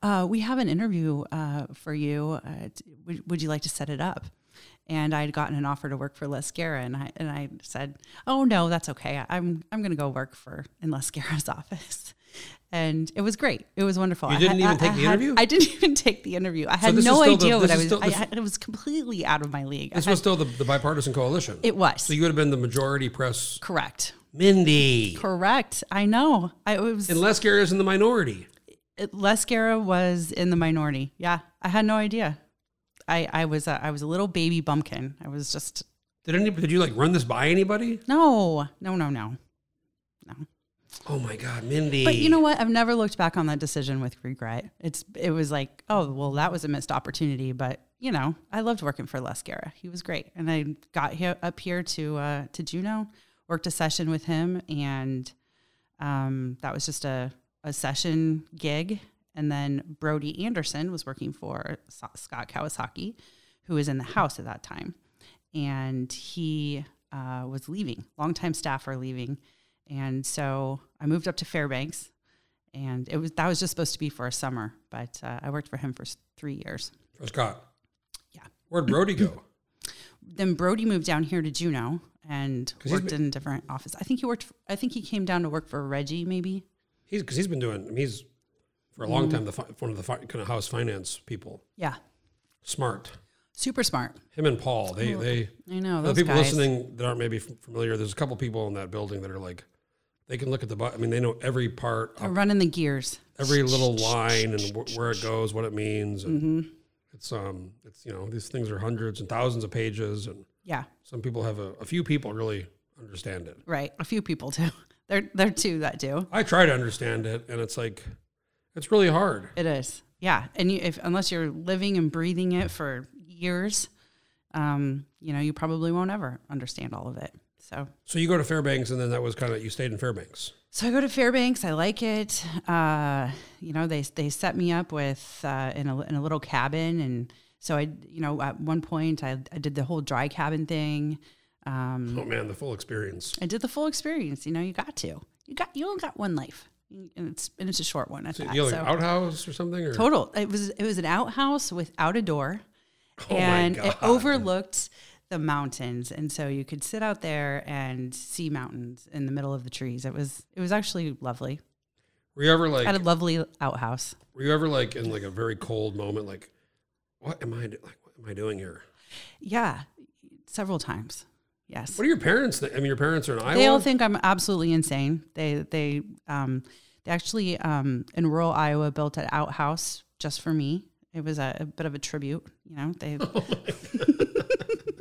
C: uh, "We have an interview uh, for you. Uh, t- would, would you like to set it up?" And I had gotten an offer to work for Les Guerra, and I and I said, "Oh no, that's okay. I- I'm I'm going to go work for in Les Guerra's office." And it was great. It was wonderful.
B: You
C: I
B: didn't
C: had-
B: even
C: I-
B: take
C: I
B: the
C: had-
B: interview?
C: I didn't even take the interview. I had
B: this is
C: no
B: still the-
C: idea what
B: this
C: I
B: is
C: was.
B: still-
C: I,
B: this-
C: I, it was completely out of my league. I
B: This
C: had-
B: was still the, the bipartisan coalition.
C: it was
B: so you would have been the majority press.
C: correct.
B: Mindy.
C: Correct. I know. I it was.
B: And Les Guerra is in the minority.
C: it, Les Guerra was in the minority. Yeah, I had no idea. I I was a, I was a little baby bumpkin. I was just
B: Did any? Did you like run this by anybody?
C: no, no, no, no.
B: Oh my God, Mindy.
C: But you know what? I've never looked back on that decision with regret. It's it was like, oh well, that was a missed opportunity. But you know, I loved working for Les Guerra. He was great, and I got here up here to uh, to Juno, worked a session with him, and um, that was just a a session gig. And then Brody Anderson was working for Sa- Scott Kawasaki, who was in the house at that time, and he uh, was leaving. Longtime staffer leaving. And so I moved up to Fairbanks, and it was that was just supposed to be for a summer, but uh, I worked for him for s- three years.
B: For Scott.
C: Yeah.
B: Where'd Brody go?
C: Then Brody moved down here to Juneau and
B: 'Cause he's
C: worked in a different office. I think he worked. f I I think he came down to work for Reggie, maybe.
B: He's because he's been doing. I mean, he's for a long
C: Mm.
B: time the fi- one of the fi- kind of house finance people.
C: Yeah,
B: Smart.
C: super smart.
B: Him and Paul.
C: Oh,
B: They they.
C: I know
B: The
C: those
B: people
C: guys.
B: listening that aren't maybe f- familiar, there's a couple people in that building that are like, they can look at the. bu- I mean, they know every part,
C: They're
B: of
C: running the gears.
B: every little line, and wh- where it goes, what it means. And
C: Mm-hmm.
B: It's um, it's you know, these things are hundreds and thousands of pages, and
C: Yeah,
B: some people have a, a few people really understand it.
C: right. A few people do. There, there are two that do.
B: I try to understand it, and it's like, it's really hard.
C: It is. Yeah. And you, if, unless you're living and breathing it for years, um, you know, you probably won't ever understand all of it. So,
B: So you go to Fairbanks, and then that was kind of you stayed in Fairbanks.
C: so I go to Fairbanks. I like it. Uh, you know, they, they set me up with, uh, in a, in a little cabin. And so I, you know, at one point I, I did the whole dry cabin thing. Um,
B: Oh man, the full experience.
C: I did the full experience. You know, you got to, you got, you only got one life and it's, and it's a short one at
B: So
C: that.
B: you like
C: so.
B: outhouse or something? Or?
C: Total. It was it was an outhouse without a door,
B: Oh my
C: and
B: God.
C: it overlooked the mountains, and so you could sit out there and see mountains in the middle of the trees. It was it was actually lovely.
B: Were you ever
C: I
B: like?
C: had a lovely outhouse.
B: Were you ever like in like a very cold moment, like, what am I doing? Like, what am I doing here?
C: Yeah, several times. Yes.
B: What do your parents think? I mean, your parents are in Iowa.
C: They all think I'm absolutely insane. They they um they actually um in rural Iowa built an outhouse just for me. It was a, a bit of a tribute, you know. They
B: Oh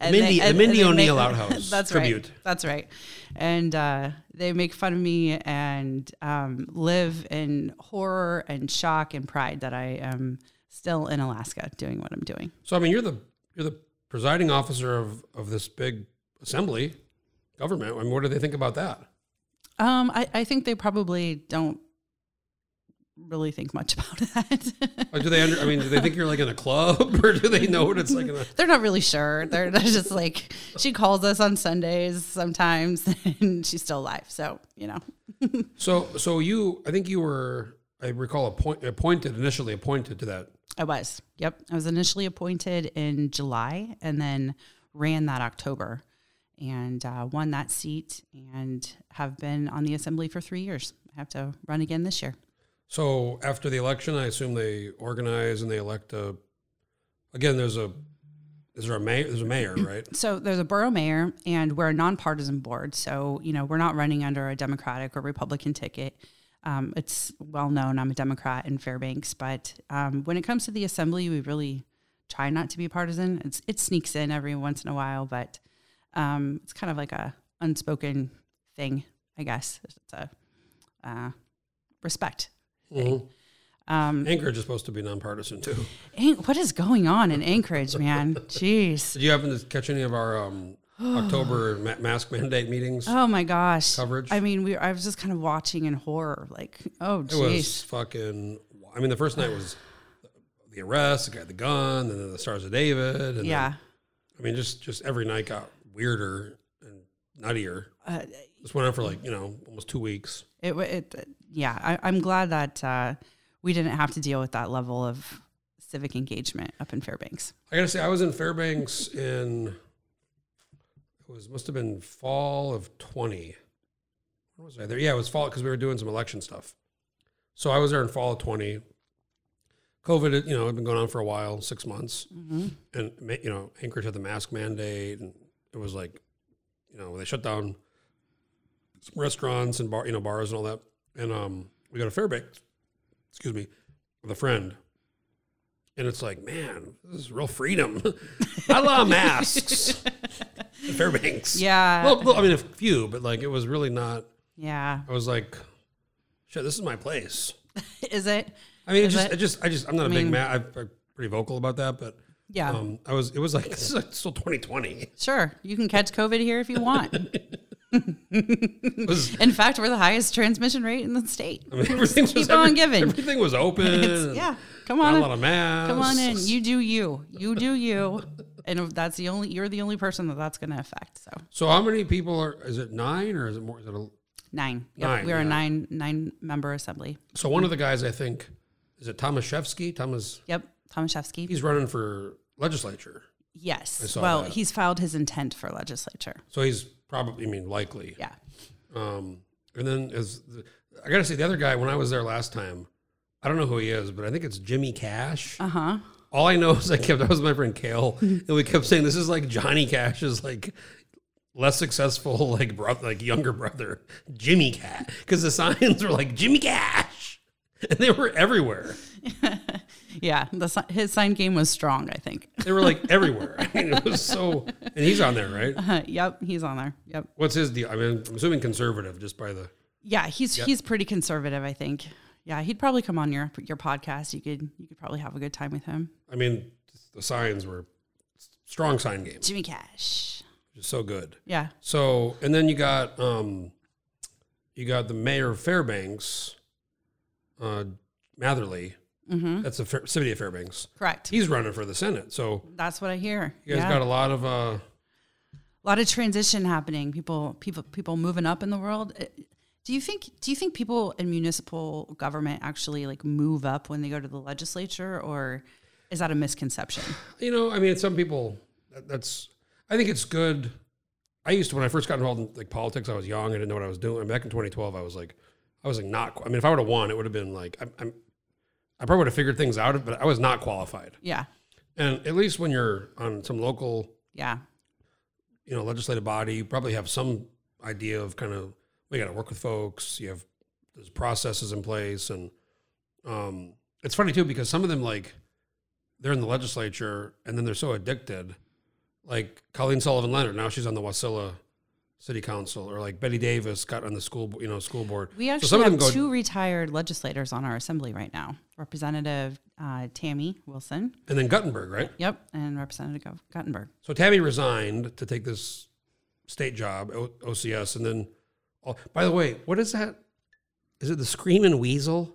C: And
B: Mindy- the Mindy
C: they make-
B: O'Neill outhouse
C: That's
B: tribute.
C: right. That's right. And uh, they make fun of me and um, live in horror and shock and pride that I am still in Alaska doing what I'm doing.
B: so I mean, you're the you're the presiding officer of of this big assembly government. I mean, what do they think about that?
C: Um, I, I think they probably don't really think much about that.
B: Or do they? Under, I mean, do they think you're like in a club, or do they know what it's like? In a,
C: They're not really sure. They're, they're just like she calls us on Sundays sometimes, and she's still alive. So you know,
B: so, so you, I think you were, I recall, appoint, appointed initially appointed to that.
C: I was. Yep, I was initially appointed in July, and then ran that October, and uh, won that seat, and have been on the assembly for three years. I have to run again this year.
B: So after the election, I assume they organize and they elect a. Again, there's a, is there a mayor? There's a mayor, right?
C: so there's a borough mayor and we're a nonpartisan board so you know we're not running under a democratic or republican ticket um, it's well known i'm a democrat in fairbanks but um, when it comes to the assembly we really try not to be partisan it's, it sneaks in every once in a while but um, it's kind of like a unspoken thing i guess it's a uh, respect um,
B: Anchorage is supposed to be nonpartisan too.
C: An- what is going on in anchorage man jeez
B: Did you happen to catch any of our um, October ma- mask mandate meetings?
C: Oh my gosh.
B: Coverage?
C: I mean, we I was just kind of watching in horror, like, oh
B: it was
C: jeez.
B: fucking. I mean, the first night was the arrest, the guy with the gun, and then the Stars of David. And then-
C: Yeah.
B: I mean, just just every night got weirder and nuttier.
C: Uh,
B: This went on for like you know almost two weeks.
C: It, wa- it yeah, I, I'm glad that uh, we didn't have to deal with that level of civic engagement up in Fairbanks.
B: I gotta say, I was in Fairbanks in it was must have been fall of twenty. When was I there? Yeah, it was fall because we were doing some election stuff. So I was there in fall of twenty. COVID, had, you know, had been going on for a while, six months, and ma- you know, Anchorage had the mask mandate, and it was like, you know, they shut down some restaurants and bar, you know, bars and all that. And um, we go to Fairbanks, excuse me, with a friend, and it's like, man, this is real freedom. Not a lot of masks. in Fairbanks.
C: Yeah.
B: Well, well, I mean, a few, but like it was really not.
C: Yeah.
B: I was like, shit, this is my place.
C: Is it?
B: I mean, it
C: Is
B: just,
C: it?
B: I just, I just, I'm not a big
C: mean-
B: man. I- I'm pretty vocal about that, but
C: Yeah.
B: um, I was, it was like, this is like still 2020.
C: Sure. You can catch COVID here if you want.
B: It was,
C: in fact, we're the highest transmission rate in the state.
B: I mean, everything was,
C: keep on giving.
B: Everything was open.
C: It's, yeah. Come
B: Not
C: on.
B: a
C: in.
B: lot of masks.
C: Come on in. You do you. You do you. And if that's the only you're the only person that that's going to affect. So
B: So how many people are, is it nine or is it more? Is it a,
C: Nine. Yep.
B: Nine,
C: we are a
B: yeah.
C: nine nine member assembly.
B: so one of the guys, I think, is it Tomaszewski? Thomas,
C: Yep. Tomaszewski.
B: he's running for legislature.
C: Yes.
B: saw
C: Well,
B: that.
C: he's filed his intent for legislature.
B: So he's probably, I mean, likely.
C: Yeah.
B: Um, and then as the, I gotta say, the other guy when I was there last time, I don't know who he is, but I think it's Jimmy Cash.
C: Uh huh.
B: All I know is I kept that was my friend Kale, and we kept saying this is like Johnny Cash's like less successful like brother, like younger brother Jimmy Cash, because the signs were like Jimmy Cash, and they were everywhere.
C: Yeah. The, si- his sign game was strong, I think.
B: They were like everywhere. I mean, it was so. And he's on there, right?
C: yep. He's on there. Yep.
B: What's his deal? I mean, I'm assuming conservative just by the.
C: Yeah. He's he's pretty conservative, I think. Yeah. He'd probably come on your your podcast. You could you could probably have a good time with him.
B: I mean, the signs were strong sign game,
C: Jimmy Cash.
B: just so good.
C: Yeah.
B: So, and then you got um, you got the mayor of Fairbanks, uh, Matherly. That's the Fair- city of Fairbanks.
C: Correct.
B: He's running for the Senate. So
C: That's what I hear.
B: you guys
C: yeah.
B: got a lot of uh,
C: a lot of transition happening. People, people, people moving up in the world. Uh, Do you think? Do you think people in municipal government actually like move up when they go to the legislature, or is that a misconception?
B: you know, I mean, some people that, that's. I think it's good. I used to when I first got involved in like politics. I was young. I didn't know what I was doing. Back in 2012, I was like, I was like not. qu- I mean, if I would have won, it would have been like I'm. I'm I probably would have figured things out, but I was not qualified.
C: Yeah,
B: And at least when you're on some local,
C: Yeah.
B: you know, legislative body, you probably have some idea of kind of we got to work with folks. You have there's processes in place, and um, it's funny too because some of them like they're in the legislature and then they're so addicted. Like Colleen Sullivan Leonard, now she's on the Wasilla City Council, or like Betty Davis got on the school, bo- you know, school board.
C: We actually
B: some of
C: have
B: them go-
C: two retired legislators on our assembly right now Representative uh, Tammy Wilson.
B: And then Guttenberg, right?
C: Yep. And Representative Gu- Guttenberg.
B: So Tammy resigned to take this state job, o- OCS, and then. Oh, by the way, what is that? Is it the Screaming Weasel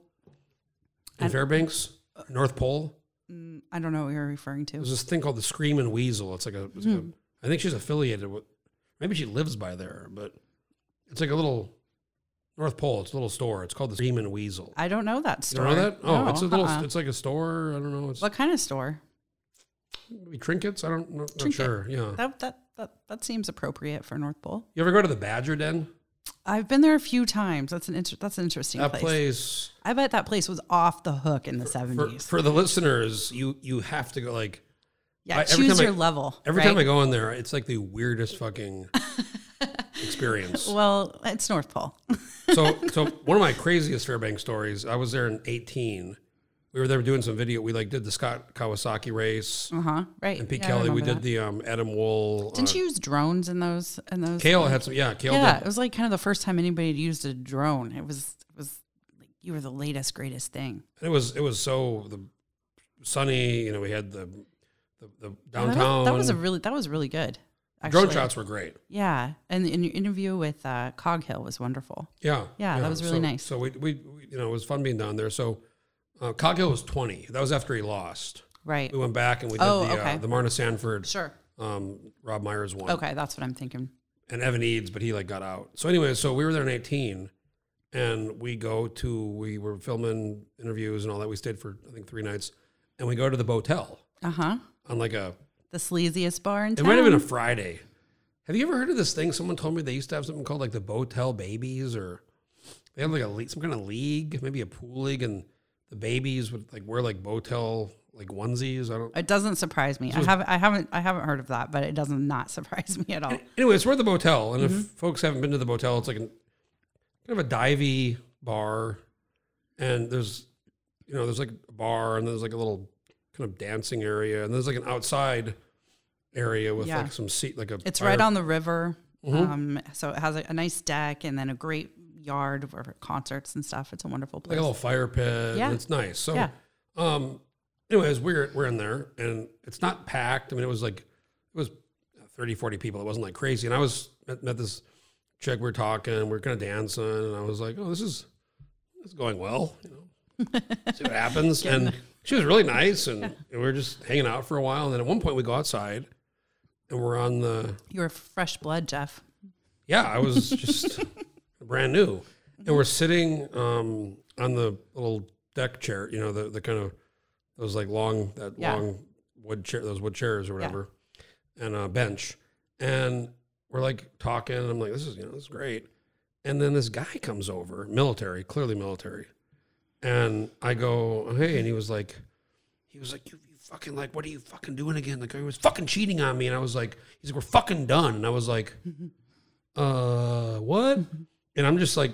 B: in
C: I-
B: Fairbanks, North Pole?
C: Mm, I don't know what you're referring to.
B: There's this thing called the Screaming Weasel. It's like a. It's like
C: Hmm.
B: a I think she's affiliated with. Maybe she lives by there, but it's like a little North Pole. It's a little store. It's called the Screaming Weasel.
C: I don't know that
B: You
C: store.
B: don't know that? Oh,
C: No,
B: it's a little.
C: uh-uh.
B: It's like a store. I don't know. It's
C: what kind of store?
B: maybe trinkets. I don't. Not, not
C: Trinket.
B: sure. Yeah.
C: That, that, that, that seems appropriate for North Pole.
B: You ever go to the Badger Den?
C: I've been there a few times. That's an inter- that's an interesting
B: That
C: place.
B: place
C: I bet that place was off the hook in the
B: for,
C: seventies.
B: for the listeners, you you have to go like
C: Yeah,
B: I- every
C: choose
B: time I-
C: your level.
B: every
C: right?
B: time I go in there, it's like the weirdest fucking experience.
C: Well, it's North Pole.
B: so so one of my craziest Fairbanks stories, I was there in 18. We were there doing some video. We like did the Scott Kawasaki race
C: Uh huh. Right.
B: and Pete
C: Yeah, I
B: Kelly. We
C: remember
B: did
C: that.
B: the um, Adam Wool.
C: Didn't
B: uh,
C: you use drones in those? In those?
B: Kale had some. Yeah, Kale
C: yeah,
B: did.
C: it was like kind of the first time anybody had used a drone. It was it was like you were the latest greatest thing.
B: It was it was so the sunny. You know, we had the the, the
C: Yeah, that was-
B: downtown.
C: That, was a really that was really good.
B: drone
C: actually.
B: shots were great.
C: Yeah, and, and your interview with uh, Coghill was wonderful.
B: Yeah.
C: Yeah, that was really
B: so,
C: nice.
B: So we, we, we- you know, it was fun being down there. So uh, Coghill was 20. That was after he lost.
C: Right.
B: We went back and we did
C: Oh,
B: the,
C: okay.
B: uh, the Marna Sanford,
C: Sure.
B: um, Rob Myers one.
C: Okay, that's what I'm thinking.
B: And Evan Eads, but he like got out. So anyway, so we were there in 18 and we go to, we were filming interviews and all that. We stayed for, I think, three nights. And we go to the Botel
C: Uh huh.
B: on like a,
C: The sleaziest bar in
B: it
C: town.
B: might have been a Friday. Have you ever heard of this thing? Someone told me they used to have something called like the Botel Babies, or they had like a le- some kind of league, maybe a pool league, and the babies would like wear like Botel like onesies. I don't.
C: It doesn't surprise me. I have I haven't I haven't heard of that, but it doesn't not surprise me at all.
B: Anyway, it's worth the Botel,
C: Mm-hmm.
B: and if folks haven't been to the Botel, it's like an, kind of a divey bar, and there's you know there's like a bar, and there's like a little kind of dancing area, and there's like an outside area with
C: Yeah.
B: like some seat, like a
C: It's
B: fire
C: right on the river,
B: Mm-hmm.
C: um, so it has a, a nice deck and then a great yard for concerts and stuff. It's a wonderful
B: like oh,
C: place.
B: a little fire pit.
C: Yeah.
B: and It's nice. So,
C: Yeah.
B: um, anyways, we're, we're in there and it's not packed. I mean, it was like, it was 30, 40 people. It wasn't like crazy. And I was, met, met this chick, we are talking, we are kind of dancing. And I was like, oh, this is, this is going well, you know, see what happens. and she was really nice. And, we were just hanging out for a while. And then at one point we go outside and we're on the,
C: You're fresh blood, Jeff.
B: yeah, I was just brand new. And we're sitting um, on the little deck chair, you know, the, the kind of those like long that
C: Yeah.
B: long wood chair, those wood chairs or whatever, and a bench. And we're like talking. And I'm like, this is you know, this is great. And then this guy comes over, military, clearly military. And I go, hey, and he was like, he was like, you, you fucking like, what are you fucking doing again? Like, he was fucking cheating on me. And I was like, he's like, we're fucking done. And I was like, uh, what? And I'm just like,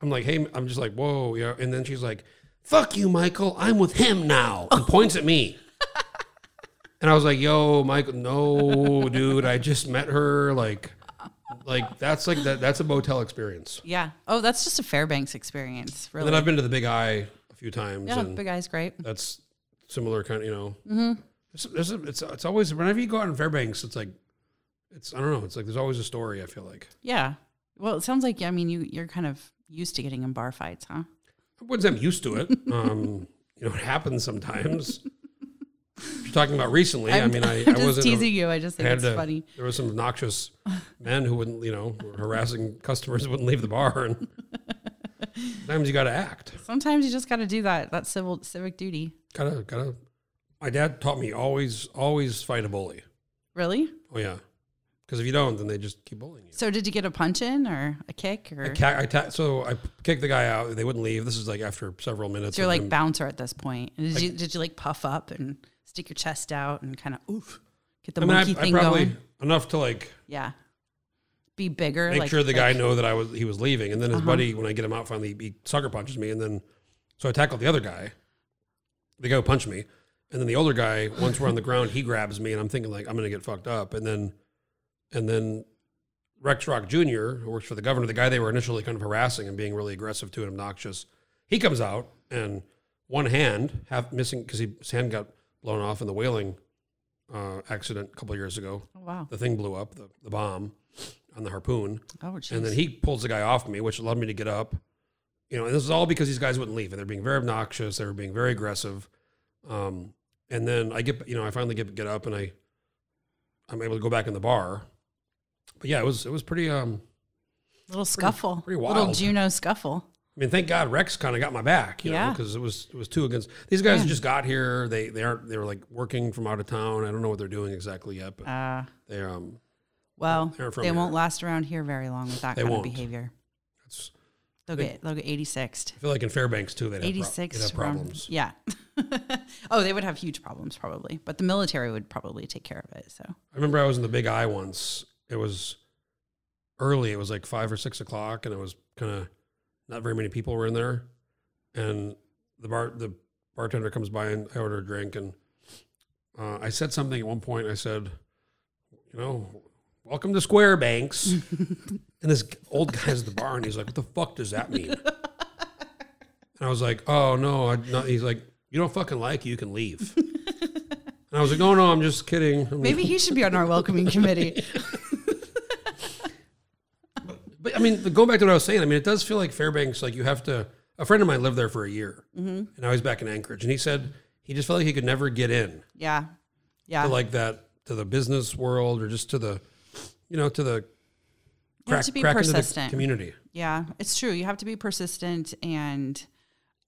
B: I'm like, hey, I'm just like, whoa, yeah. And then she's like, fuck you, Michael. I'm with him now.
C: Oh.
B: And points at me. and I was like, yo, Michael, no, dude, I just met her. Like, like that's like that. That's a motel experience.
C: Yeah. Oh, that's just a Fairbanks experience,
B: And
C: really.
B: then I've been to the Big Eye a few times.
C: yeah,
B: and
C: big eyes, great.
B: that's similar kind of you know. Mm-hmm. It's, there's a, it's it's always whenever you go out in Fairbanks, it's like it's I don't know. It's like there's always a story. I feel like
C: Yeah. Well, it sounds like I mean you you're kind of used to getting in bar fights, huh?
B: I wouldn't say I'm used to it. Um, you know, it happens sometimes. If You're talking about recently. i
C: I'm-
B: mean, I,
C: I'm
B: I
C: just
B: wasn't.
C: teasing you. I
B: I
C: just think
B: had
C: it's
B: to,
C: funny.
B: There were some obnoxious men who wouldn't, you know, were harassing customers who wouldn't leave the bar. And sometimes you got to act.
C: Sometimes you just got to do that. That's civil civic duty.
B: Gotta, gotta. My dad taught me always, always fight a bully.
C: Really?
B: Oh yeah, because if you don't, then they just keep bullying you.
C: So did you get a punch in or a kick or?
B: I ca- I ta- so I kicked the guy out. They wouldn't leave. This is like after several minutes.
C: So you're
B: of
C: like
B: him-
C: bouncer at this point. And Did you did you like puff up and stick your chest out and kind of oof, get the
B: I mean, I,
C: monkey
B: I
C: thing
B: probably
C: going.
B: enough to like
C: Yeah, be bigger.
B: make
C: like,
B: sure the
C: like- Uh-huh.
B: guy know that I was he was leaving, and then his buddy, when I get him out, finally he sucker punches me, and then so I tackle the other guy. The guy who punched me, and then the older guy. Once we're on the ground, he grabs me, and I'm thinking like I'm gonna get fucked up, and then, and then Rex Rock Jr., who works for the governor, the guy they were initially kind of harassing and being really aggressive to and obnoxious, he comes out and one hand half missing because his hand got blown off in the whaling uh, accident a couple of years ago.
C: Oh, wow.
B: The thing blew up, the, the bomb on the harpoon.
C: Oh, jeez.
B: And then he pulls the guy off me, which allowed me to get up. You know, and this is all because these guys wouldn't leave, and they're being very obnoxious. They were being very aggressive. Um, and then I get, you know, I finally get get up, and I, I'm able to go back in the bar. But yeah, it was it was pretty. Um,
C: little scuffle,
B: pretty
C: little
B: wild.
C: Juno scuffle.
B: I mean, thank God Rex kind of got my back, you know,
C: Yeah.
B: because it was it was two against these guys
C: Yeah.
B: just got here. They they aren't they were like working from out of town. I don't know what they're doing exactly yet, but
C: Uh,
B: they um
C: well,
B: They're from
C: they
B: here.
C: won't last around here very long with that
B: They
C: kind
B: won't.
C: of behavior.
B: it's,
C: They'll
B: They-
C: get they'll get eighty sixed.
B: I feel like in Fairbanks too they
C: 86
B: have
C: round-
B: problems.
C: yeah. oh, they would have huge problems probably, but the military would probably take care of it. So,
B: I remember I was in the Big Eye once. It was early. It was like five or six o'clock, and it was kind of not very many people were in there. And the bar the bartender comes by and I order a drink, and uh, I said something at one point. I said, you know, welcome to Square Banks. and this old guy's at the bar, and he's like, "What the fuck does that mean?" and I was like, "Oh no!" I, no he's like, "You don't fucking like you, you can leave." and I was like, "Oh, "No, no, I'm just kidding." I'm
C: maybe he should be on our welcoming committee.
B: But I mean, going back to what I was saying, I mean, it does feel like Fairbanks, like you have to. A friend of mine lived there for a year,
C: Mm-hmm.
B: and now he's back in Anchorage, and he said he just felt like he could never get in
C: Yeah. Yeah.
B: to like that to the business world or just to the, you know, to the
C: You have
B: crack,
C: to be
B: crack into the
C: persistent.
B: community.
C: Yeah, it's true. You have to be persistent, and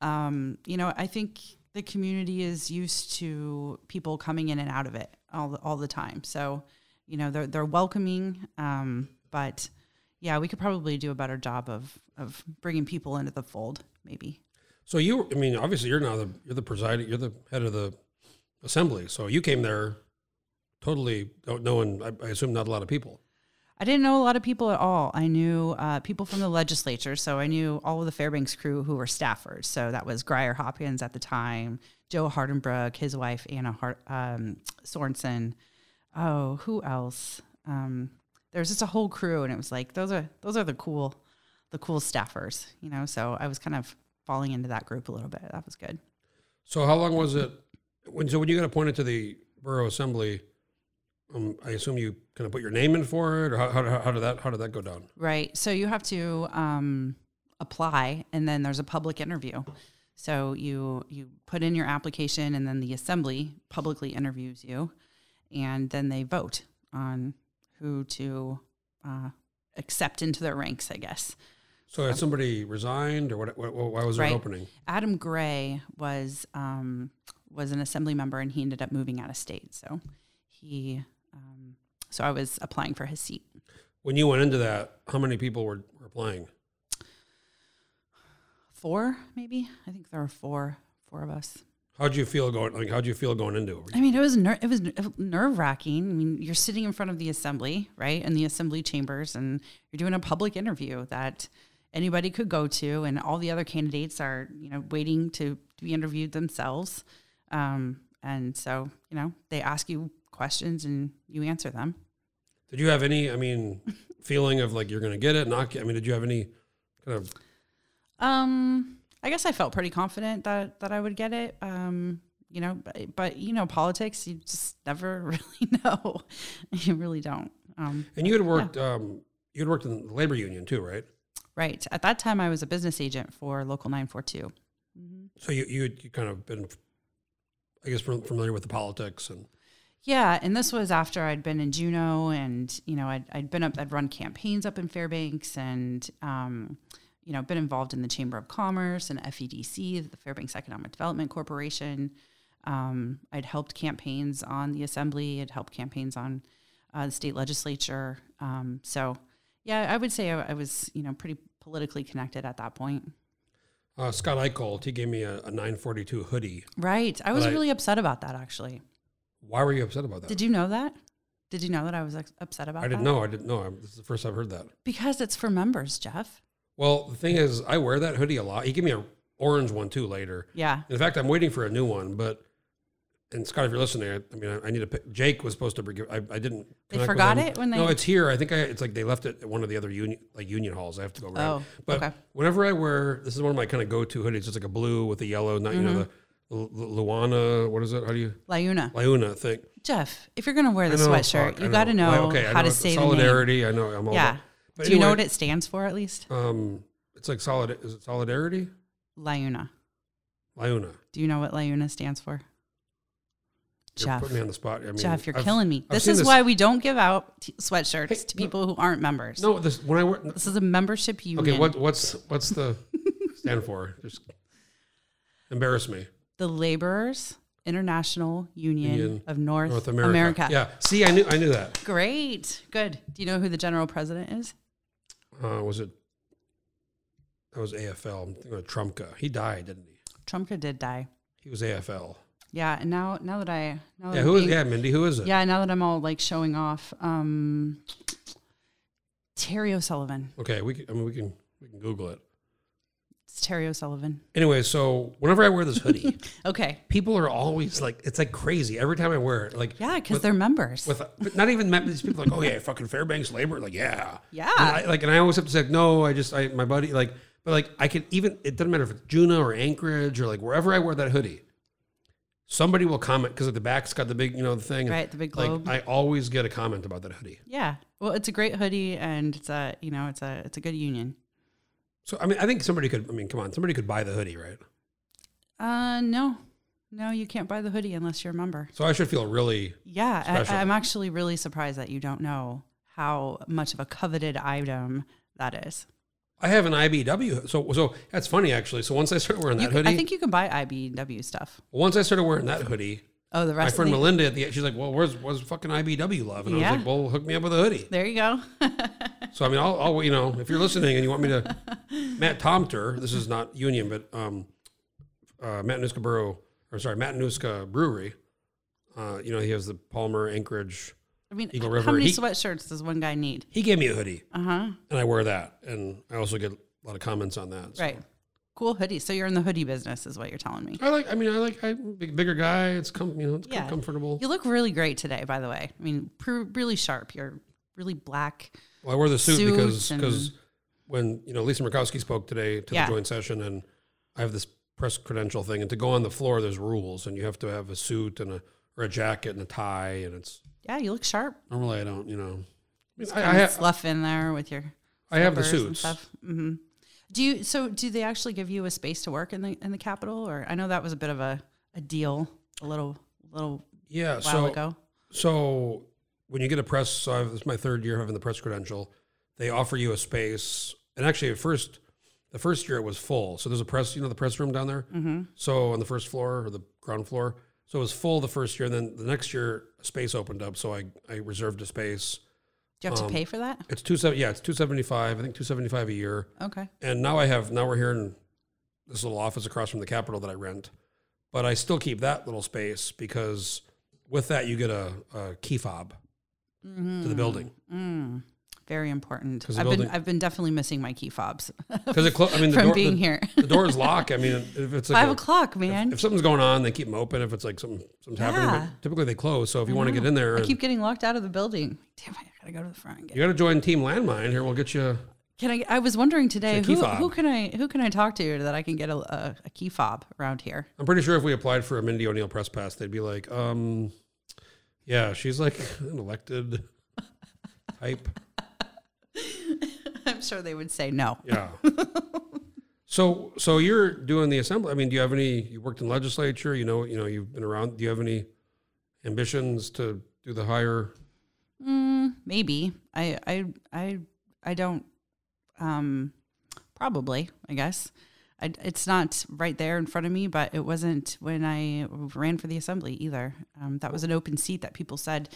C: um, you know, I think the community is used to people coming in and out of it all the, all the time. So, you know, they're they're welcoming, um, but yeah, we could probably do a better job of of bringing people into the fold, maybe.
B: So you, I mean, obviously you're now the you're the presiding, you're the head of the assembly, so you came there totally don't knowing. I, I assume not a lot of people.
C: I didn't know a lot of people at all. I knew uh, people from the legislature, so I knew all of the Fairbanks crew who were staffers. So that was Grier Hopkins at the time, Joe Hardenbrook, his wife Anna Hart, um, Sorensen. Oh, who else? Um, there was just a whole crew, and it was like those are those are the cool, the cool staffers, you know. So I was kind of falling into that group a little bit. That was good.
B: So how long was it when so when you got appointed to the borough assembly? Um, I assume you kind of put your name in for it, or how, how, how did that how did that go down?
C: Right. So you have to um, apply, and then there's a public interview. So you you put in your application, and then the assembly publicly interviews you, and then they vote on who to uh, accept into their ranks. I guess.
B: So had somebody resigned, or what? what, what why was there an
C: Right.
B: opening?
C: Adam Gray was um, was an assembly member, and he ended up moving out of state. So he. Um, so I was applying for his seat.
B: When you went into that, how many people were, were applying?
C: Four, maybe. I think there were four four of us.
B: How'd you feel going? Like how'd you feel going into it?
C: I mean, it was ner- it was nerve wracking. I mean, you're sitting in front of the assembly, right, in the assembly chambers, and you're doing a public interview that anybody could go to, and all the other candidates are, you know, waiting to be interviewed themselves. Um, and so, you know, they ask you questions and you answer them.
B: Did you have any? I mean, feeling of like you're going to get it? Not? get- I mean, did you have any kind of?
C: Um, I guess I felt pretty confident that that I would get it. Um, you know, but, but you know, politics, you just never really know. you really don't. Um,
B: And you had worked. Um, you had worked in the labor union too, right?
C: Right. At that time, I was a business agent for Local 942.
B: So you you had kind of been, I guess, familiar with the politics and.
C: Yeah, and this was after I'd been in Juneau, and you know, I'd, I'd been up, I'd run campaigns up in Fairbanks, and um, you know, been involved in the Chamber of Commerce and FEDC, the Fairbanks Economic Development Corporation. Um, I'd helped campaigns on the Assembly, I'd helped campaigns on uh, the state legislature. Um, so, yeah, I would say I, I was, you know, pretty politically connected at that point.
B: Uh, Scott Eicholt, he gave me a, a 942 hoodie.
C: Right. I was
B: Right.
C: really upset about that actually.
B: Why were you upset about that?
C: Did you know that? Did you know that I was like, upset about
B: I didn't
C: that?
B: know. I didn't know. I'm- This is the first I've heard that.
C: Because it's for members, Jeff.
B: Well, the thing is, I wear that hoodie a lot. He gave me an orange one too later.
C: Yeah.
B: In fact, I'm waiting for a new one. But and Scott, if you're listening, I, I mean, I, I need to. Pick, Jake was supposed to bring. I, I didn't. connect
C: They
B: with
C: forgot
B: him.
C: it when
B: No,
C: they-
B: it's here. I think I. It's like they left it at one of the other union like union halls. I have to go around.
C: Oh,
B: but
C: okay.
B: whenever I wear, this is one of my kind of go-to hoodies. It's like a blue with a yellow. Not
C: Mm-hmm.
B: you know the Lu- Lu- Luana. What is it? How do you
C: Launa.
B: Liuna thing?
C: Jeff, if you're going to wear the
B: I know,
C: sweatshirt,
B: fuck, I
C: you got to know,
B: Well, okay, I
C: how
B: know
C: to say
B: solidarity. I know. I'm
C: the
B: all
C: name. Yeah.
B: about- But
C: Do you know what
B: anyway,
C: it stands for at least?
B: Um, it's like solid. Is it solidarity?
C: Launa.
B: Liuna.
C: Do you know what Launa stands for?
B: You're
C: Jeff.
B: putting me on the spot. I mean,
C: Jeff, you're
B: I've-
C: killing me.
B: I've
C: This
B: seen
C: is why we don't give out t- sweatshirts
B: Hey,
C: to
B: no.
C: people who aren't members.
B: No, this when I wear.
C: This is a membership union.
B: Okay, what what's what's the stand for? Just embarrass me.
C: The Laborers International Union,
B: Union,
C: of North,
B: North America.
C: America.
B: Yeah. See, I knew I knew that.
C: Great. Good. Do you know who the general president is?
B: Uh, was it? That was AFL. I'm thinking of Trumka. He died, didn't he?
C: Trumka did die.
B: He was AFL.
C: Yeah, and now now that I now that
B: Yeah.
C: I'm
B: Who is?
C: being-
B: Yeah, Mindy. Who is it?
C: Oh, yeah, now that I'm all like showing off, um Terry O'Sullivan.
B: Okay. We. Can, I mean, we can we can Google it.
C: It's Terry O'Sullivan.
B: Anyway, so whenever I wear this hoodie,
C: Okay.
B: people are always like, it's like crazy every time I wear it. Like,
C: Yeah, because
B: with-
C: they're members.
B: with but not even met these people like oh yeah fucking Fairbanks labor like yeah
C: Yeah.
B: And I, like and I always have to say like, no I just I my buddy like but like I can even it doesn't matter if it's Juneau or Anchorage or like wherever I wear that hoodie somebody will comment because at the back's got the big you know the thing
C: Right, the big
B: like
C: globe.
B: I always get a comment about that hoodie
C: yeah. Well, it's a great hoodie and it's a, you know, it's a it's a good union.
B: so I mean I think somebody could I mean come on somebody could buy the hoodie right
C: Uh no. No, you can't buy the hoodie unless you're a member.
B: so I should feel really
C: Yeah,
B: Special.
C: I, I'm actually really surprised that you don't know how much of a coveted item that is.
B: I have an IBW so so that's funny actually so once I started wearing
C: You
B: that
C: c-
B: hoodie
C: I think you can buy IBW stuff.
B: once I started wearing that hoodie
C: Oh, the
B: my
C: rest
B: friend
C: of the,
B: Melinda at the end, she's like, well, where's where's fucking IBW love? And I
C: Yeah.
B: was like, well, hook me up with a hoodie.
C: There you go.
B: So I mean, I'll, I'll you know, if you're listening and you want me to, Matt Tomter, this is not union, but um, uh, Matanuska Brew, or sorry, Matanuska Brewery. Uh, you know, he has the Palmer Anchorage.
C: I mean,
B: Eagle
C: how
B: River.
C: many
B: He-
C: sweatshirts does one guy need?
B: He gave me a hoodie,
C: Uh huh.
B: and I wear that, and I also get a lot of comments on that. So.
C: Right. Cool hoodie. So you're in the hoodie business, is what you're telling me.
B: I like. I mean, I like. I'm a big, bigger guy. It's com- you know, it's com-
C: Yeah.
B: comfortable.
C: You look really great today, by the way. I mean, pr- really sharp. You're really black.
B: Well, I wear the suit
C: Suits
B: because
C: and-
B: because when you know Lisa Murkowski spoke today to
C: Yeah.
B: the joint session, and I have this press credential thing, and to go on the floor, there's rules, and you have to have a suit and a or a jacket and a tie, and it's
C: Yeah, you look sharp.
B: normally I don't, you know, I, mean, I, I,
C: I
B: ha-
C: fluff in there with your.
B: I have the
C: slippers and
B: suits.
C: stuff. Mhm. Do you? So do they actually give you a space to work in the in the Capitol? Or I know that was a bit of a a deal a little little
B: yeah.
C: while
B: so
C: ago.
B: so when you get a press, so I've, it's my third year having the press credential. They offer you a space, and actually at first. The first year it was full, so there's a press, you know, the press room down there.
C: Mm-hmm.
B: So on the first floor or the ground floor. So it was full the first year. And then the next year, a space opened up. So I, I reserved a space.
C: Do you have
B: Um,
C: to pay for that?
B: It's two seven. Yeah, it's two seventy five. I think two seventy five a year.
C: Okay.
B: And now I have now we're here in this little office across from the Capitol that I rent, but I still keep that little space because with that you get a, a key fob to the building
C: Mm, very important.
B: 'Cause the
C: I've been
B: building-
C: I've been definitely missing my key fobs
B: because it. Clo- I mean, the
C: from
B: door,
C: being
B: the,
C: here.
B: the doors lock. I mean, if it's like
C: Five
B: a-
C: o'clock, man.
B: if something's going on, they keep them open. If it's like something something's happening,
C: Yeah.
B: but typically they close. So if you want to get in there,
C: I
B: and-
C: keep getting locked out of the building. Damn, I gotta go to the front and
B: You
C: get.
B: got to join Team Landmine here. We'll get you.
C: Can I? I was wondering today
B: It's a key
C: who,
B: fob.
C: who can I who can I talk to that I can get a, a, a key fob around here.
B: I'm pretty sure if we applied for a Mindy O'Neill press pass, they'd be like, um, yeah, she's like an elected type.
C: I'm sure they would say no.
B: Yeah. so, so you're doing the assembly. I mean, do you have any? You worked in legislature. You know, you know, you've been around. Do you have any ambitions to do the higher?
C: Mm, maybe I I I I don't. Um, probably I guess. I, it's not right there in front of me, but it wasn't when I ran for the assembly either. Um, that was an open seat that people said,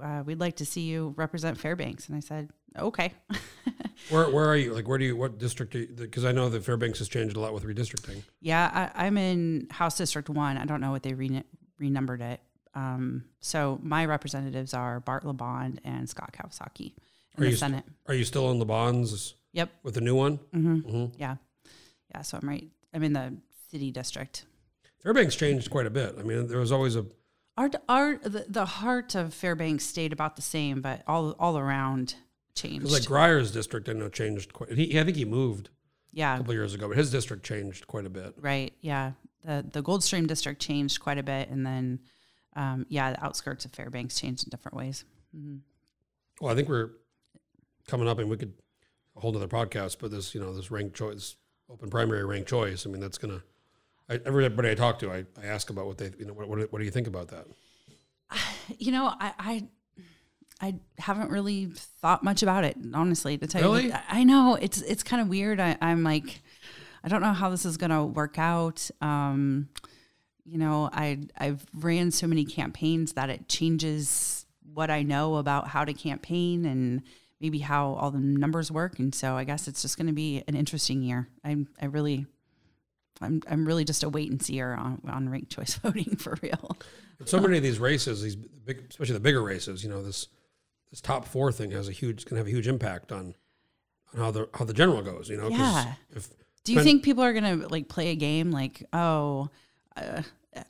C: uh, "We'd like to see you represent Fairbanks," and I said, "Okay."
B: Where, where are you? Like, where do you? What district? Because I know that Fairbanks has changed a lot with redistricting.
C: Yeah, I, I'm in House District One. I don't know what they rene renumbered it, Um, so my representatives are Bart LeBond and Scott Kawasaki in
B: Are
C: the
B: you-
C: Senate.
B: Are you still in the bonds
C: Yep.
B: with the new one?
C: hmm
B: Mm-hmm.
C: Yeah. Yeah. So I'm right. I'm in the city district.
B: Fairbanks changed quite a bit. I mean, there was always a
C: Our, our the, the heart of Fairbanks stayed about the same, but all all around changed.
B: because like Grier's district, I know changed quite. He, I think he moved a
C: yeah.
B: couple of years ago, but his district changed quite a bit.
C: Right. Yeah. The the Goldstream district changed quite a bit, and then um, yeah, the outskirts of Fairbanks changed in different ways.
B: Well, I think we're coming up, and we could a whole other podcast. But this, you know, this ranked choice, open primary ranked choice. I mean, that's gonna. I, everybody I talk to, I, I ask about what they, you know, what, what, what do you think about that?
C: You know, I I, I haven't really thought much about it, honestly. To tell you,
B: Really?
C: the- I know it's it's kind of weird. I, I'm like, I don't know how this is going to work out. Um, you know, I I've ran so many campaigns that it changes what I know about how to campaign and maybe how all the numbers work. And so I guess it's just going to be an interesting year. I'm I really. I'm, I'm really just a wait and see on, on ranked choice voting for real.
B: And so many of these races, these big, especially the bigger races, you know, this this top four thing has a huge, it's gonna have a huge impact on on how the how the general goes. You know, 'cause
C: Yeah.
B: if
C: Do you
B: When-
C: think people are gonna like play a game like, oh, uh,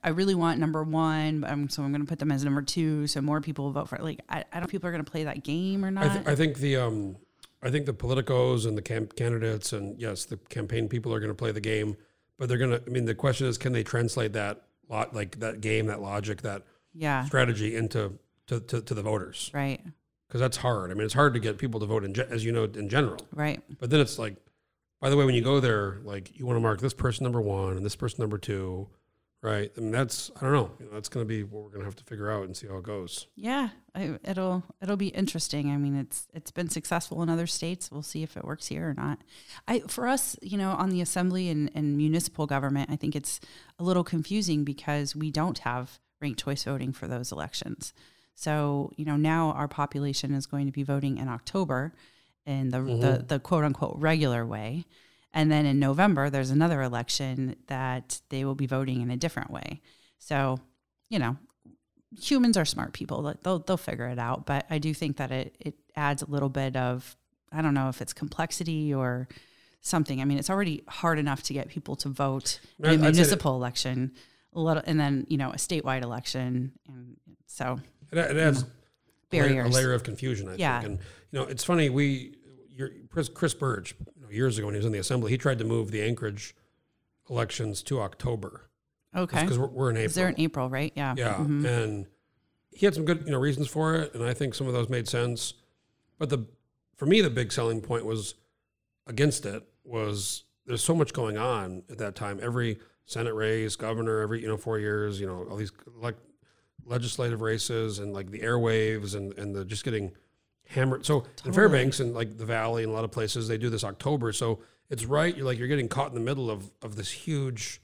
C: I really want number one, but I'm, so I'm gonna put them as number two, so more people will vote for it. Like, I, I don't know if people are gonna play that game or not.
B: I, th- I think the um, I think the politicos and the camp candidates and yes, the campaign people are going to play the game, but they're going to. I mean, the question is, can they translate that lot, like that game, that logic, that
C: yeah,
B: strategy into to, to, to the voters?
C: right,
B: Because that's hard. I mean, it's hard to get people to vote in, ge- as you know, in general.
C: right,
B: But then it's like, by the way, when you go there, like you want to mark this person number one and this person number two, right? I mean, that's I don't know. You know that's going to be what we're going to have to figure out and see how it goes.
C: yeah. I, it'll it'll be interesting. I mean, it's it's been successful in other states. We'll see if it works here or not. I for us, you know, on the assembly and, and municipal government, I think it's a little confusing because we don't have ranked choice voting for those elections. So, you know, now our population is going to be voting in October in the, the, the quote unquote regular way. And then in November, there's another election that they will be voting in a different way. So, you know, humans are smart people. Like, They'll, they'll figure it out. But I do think that it, it adds a little bit of, I don't know if it's complexity or something. I mean, it's already hard enough to get people to vote in
B: I-
C: a
B: I'd say that-
C: municipal election, a little, and then, you know, a statewide election. And so
B: It, it adds a layer-
C: barriers.
B: a layer of confusion. I
C: Yeah.
B: think, and you know, it's funny. We, your, Chris, Chris Burge, you know, years ago when he was in the assembly, he tried to move the Anchorage elections to October
C: Okay.
B: because we're, we're in April.
C: Is there in April, right? Yeah.
B: yeah, and he had some good you know reasons for it, and I think some of those made sense. But the for me, the big selling point was against it was there's so much going on at that time. Every Senate race, governor, every you know four years, you know all these like legislative races and like the airwaves and and the just getting hammered. So in Fairbanks and like the Valley and a lot of places they do this October. So it's right. You're like you're getting caught in the middle of of this huge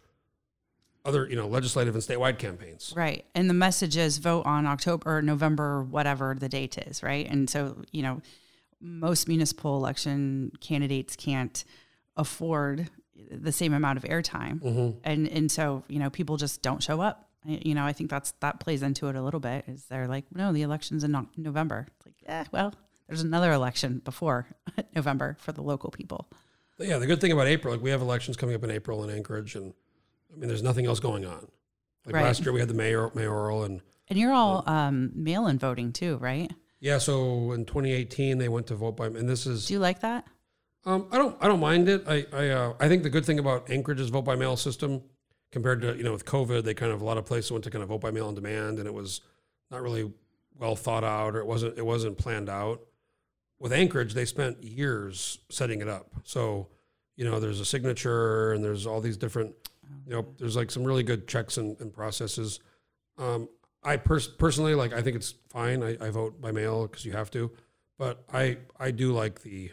B: other you know legislative and statewide campaigns.
C: Right. And the message is vote on October or November, whatever the date is, right? And so, you know, most municipal election candidates can't afford the same amount of airtime. And and so, you know, people just don't show up. I- You know, I think that's that plays into it a little bit. Is they're like, no, the election's in No- November. It's like, eh, well, there's another election before November for the local people.
B: Yeah, the good thing about April, like we have elections coming up in April in Anchorage, and I mean, there's nothing else going on. Like
C: Right.
B: last year, we had the mayor, mayoral, and
C: And you're all um, mail-in voting too, right?
B: yeah. So in 2018, they went to vote by, and this is
C: Do you like that?
B: Um, I don't. I don't mind it. I. I. Uh, I think the good thing about Anchorage's vote by mail system, compared to you know with COVID, they kind of a lot of places went to kind of vote by mail on demand, and it was not really well thought out, or it wasn't. It wasn't planned out. With Anchorage, they spent years setting it up. So, you know, there's a signature, and there's all these different. You know, there's like some really good checks and, and processes. Um, I pers- personally like. I think it's fine. I, I vote by mail because you have to, but I. I do like the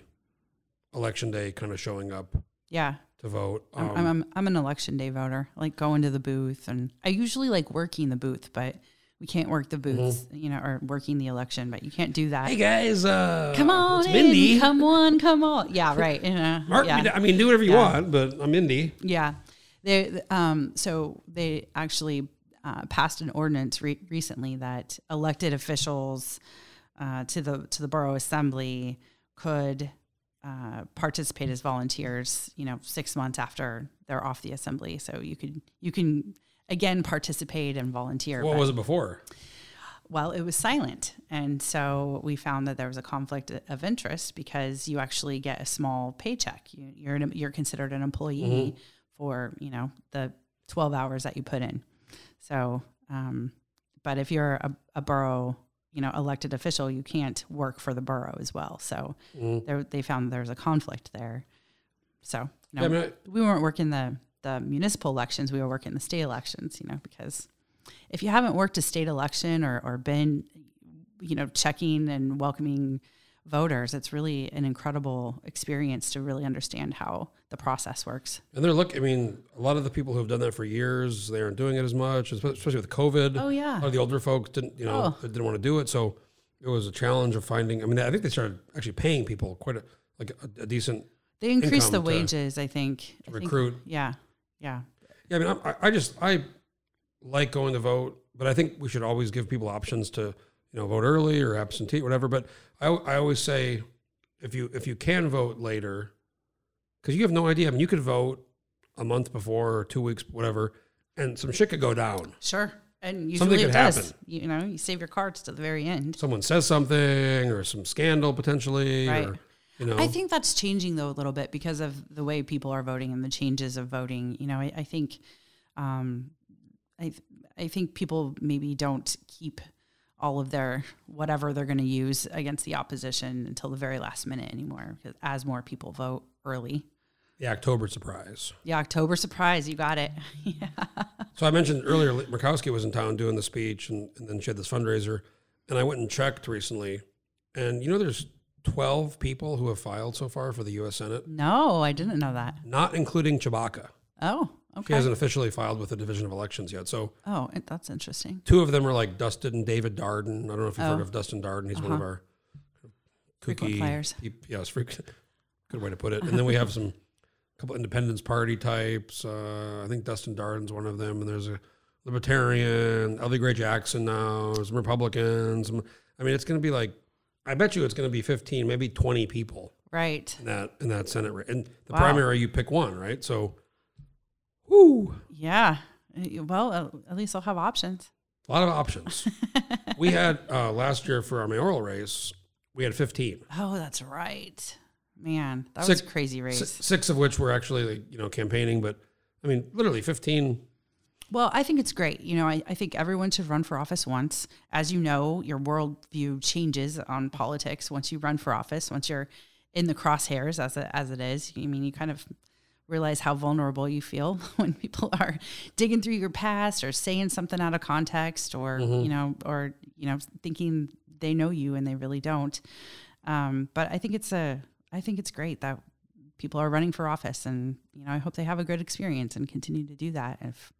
B: election day kind of showing up
C: Yeah.
B: to vote.
C: I'm,
B: Um,
C: I'm, I'm, I'm an election day voter. I like going to the booth, and I usually like working the booth, but we can't work the booths, you know, or working the election. But you can't do that.
B: Mm-hmm. hey guys, uh,
C: come on,
B: it's
C: in,
B: Mindy.
C: come on, come on. Yeah, right. You know,
B: Mark me
C: yeah.
B: down. I mean, do whatever you
C: Yeah.
B: want, but I'm Indy.
C: Yeah. They um so they actually uh, passed an ordinance re- recently that elected officials uh, to the to the borough assembly could uh, participate as volunteers. You know, six months after they're off the assembly, so you could you can again participate and volunteer.
B: What
C: but-
B: was it before?
C: well, it was silent. And so we found that there was a conflict of interest because you actually get a small paycheck. You, you're, an, you're considered an employee
B: Mm-hmm.
C: for, you know, the 12 hours that you put in. So, um, but if you're a, a borough, you know, elected official, you can't work for the borough as well. So
B: Mm-hmm.
C: there, they found there was a conflict there. So, you know,
B: Yeah, I mean, I-
C: we weren't working the, the municipal elections. We were working the state elections, you know, because if you haven't worked a state election or, or been, you know, checking and welcoming voters, it's really an incredible experience to really understand how the process works.
B: And they're look. I mean, a lot of the people who have done that for years, they aren't doing it as much, espe- especially with COVID.
C: Oh, yeah.
B: a lot of the older folks didn't, you know,
C: Oh.
B: they didn't want to do it. So it was a challenge of finding. I mean, I think they started actually paying people quite a, like a, a decent
C: They increase the
B: Income to-
C: wages, I think. I think-
B: recruit.
C: yeah. Yeah.
B: Yeah, I mean, I, I just I like going to vote, but I think we should always give people options to you know vote early or absentee, whatever. But I I always say if you if you can vote later, because you have no idea. I mean, you could vote a month before or two weeks, whatever, and some shit could go down.
C: Sure. And
B: Something
C: usually it
B: could
C: does.
B: happen.
C: You know, you save your cards to the very end.
B: Someone says something or some scandal potentially, or
C: Right.
B: you know,
C: I think that's changing though a little bit because of the way people are voting and the changes of voting. You know, I, I think, um, I th- I think people maybe don't keep all of their whatever they're going to use against the opposition until the very last minute anymore. Because as more people vote early,
B: the October surprise.
C: the October surprise, you got it. yeah.
B: So I mentioned earlier, Lee- Murkowski was in town doing the speech, and, and then she had this fundraiser. And I went and checked recently, and you know, there's 12 people who have filed so far for the U.S. Senate,
C: No, I didn't know that.
B: not including Chewbacca.
C: Oh,
B: He
C: okay.
B: hasn't officially filed with the Division of Elections yet. So
C: Oh, it- that's interesting.
B: two of them are like Dustin and David Darden. I don't know if you've
C: Oh. Uh-huh.
B: heard of Dustin Darden. He's one of our
C: Frequent
B: kooky-
C: flyers.
B: He, yes, frequent. Good way to put it. And then we have some couple Independence Party types. Uh, I think Dustin Darden's one of them. And there's a Libertarian, Ellie Gray Jackson now, some Republicans. some- I mean, it's going to be like, I bet you it's going to be 15, maybe 20 people
C: Right.
B: in that in that Senate. ra- And the
C: Wow.
B: primary, you pick one, right? So, whoo.
C: Yeah. Uh, Well, uh, at least I'll have options.
B: A lot of options. we had uh, last year for our mayoral race, we had 15,
C: Oh, that's right. Man, that
B: Six-
C: was a crazy race.
B: si- six of which were actually like, you know campaigning. But I mean, literally 15.
C: Well, I think it's great. You know, I, I think everyone should run for office once. As you know, your worldview changes on politics once you run for office, once you're in the crosshairs as it, as it is. I mean, you kind of realize how vulnerable you feel when people are digging through your past or saying something out of context or, you know, or, you know, thinking they know you and they really don't. Um, but I think it's a, I think it's great that people are running for office and, you know, I hope they have a good experience and continue to do that if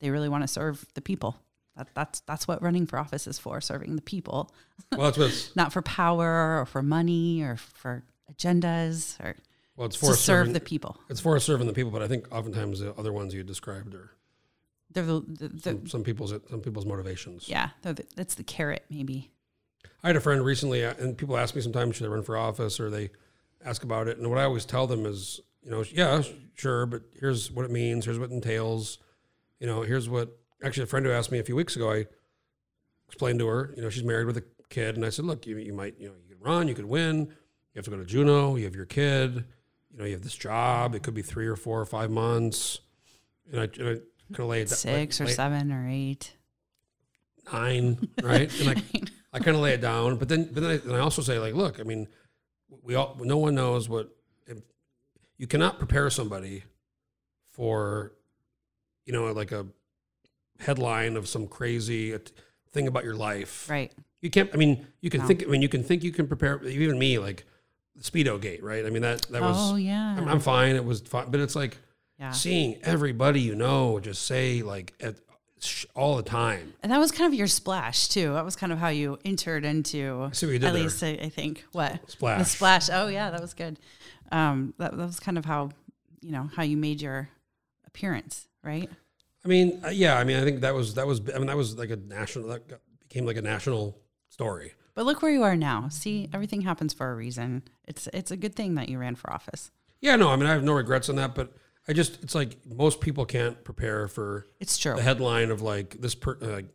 C: they really want to serve the people. That, that's that's what running for office is for, serving the people,
B: Well, that's what it's,
C: not for power or for money or for agendas or
B: well, it's for
C: to serve
B: serving,
C: the people.
B: It's for serving the people, but I think oftentimes the other ones you described are
C: They're the, the, the
B: some, some people's some people's motivations.
C: yeah, they're the, that's the carrot maybe.
B: I had a friend recently, uh, and people ask me sometimes should I run for office, or they ask about it. And what I always tell them is, you know, yeah, sure, but here's what it means. Here's what it entails. You know, here's what. Actually, a friend who asked me a few weeks ago, I explained to her. You know, she's married with a kid, and I said, look, you, you might, you know, you could run, you could win. You have to go to Juno. You have your kid. You know, you have this job. It could be three or four or five months. And I, and I kind of laid that-
C: Six or
B: laid-
C: seven or eight.
B: nine, right? And I, I kind of lay it down, but then, but then I, then I also say like, look, I mean, we all, no one knows what if, you cannot prepare somebody for, you know, like a headline of some crazy at- thing about your life.
C: Right.
B: You can't, I mean, you can
C: No.
B: think, I mean, you can think you can prepare, even me, like Speedo Gate, right? I mean, that, that was,
C: oh yeah.
B: I'm, I'm fine. It was fine, but it's like
C: yeah.
B: seeing everybody, you know, just say like at, sh- all the time.
C: And that was kind of your splash too. That was kind of how you entered into
B: see what you did
C: at
B: there.
C: least I, I think what the
B: Splash.
C: splash. Oh yeah, that was good. Um, that, that was kind of how you know how you made your appearance, right?
B: I mean, uh, yeah. I mean, I think that was that was. I mean, that was like a national. That got- became like a national story.
C: But look where you are now. See, everything happens for a reason. It's it's a good thing that you ran for office.
B: Yeah. No. I mean, I have no regrets on that, but I just it's like most people can't prepare for
C: It's true.
B: the headline of like this per uh, like,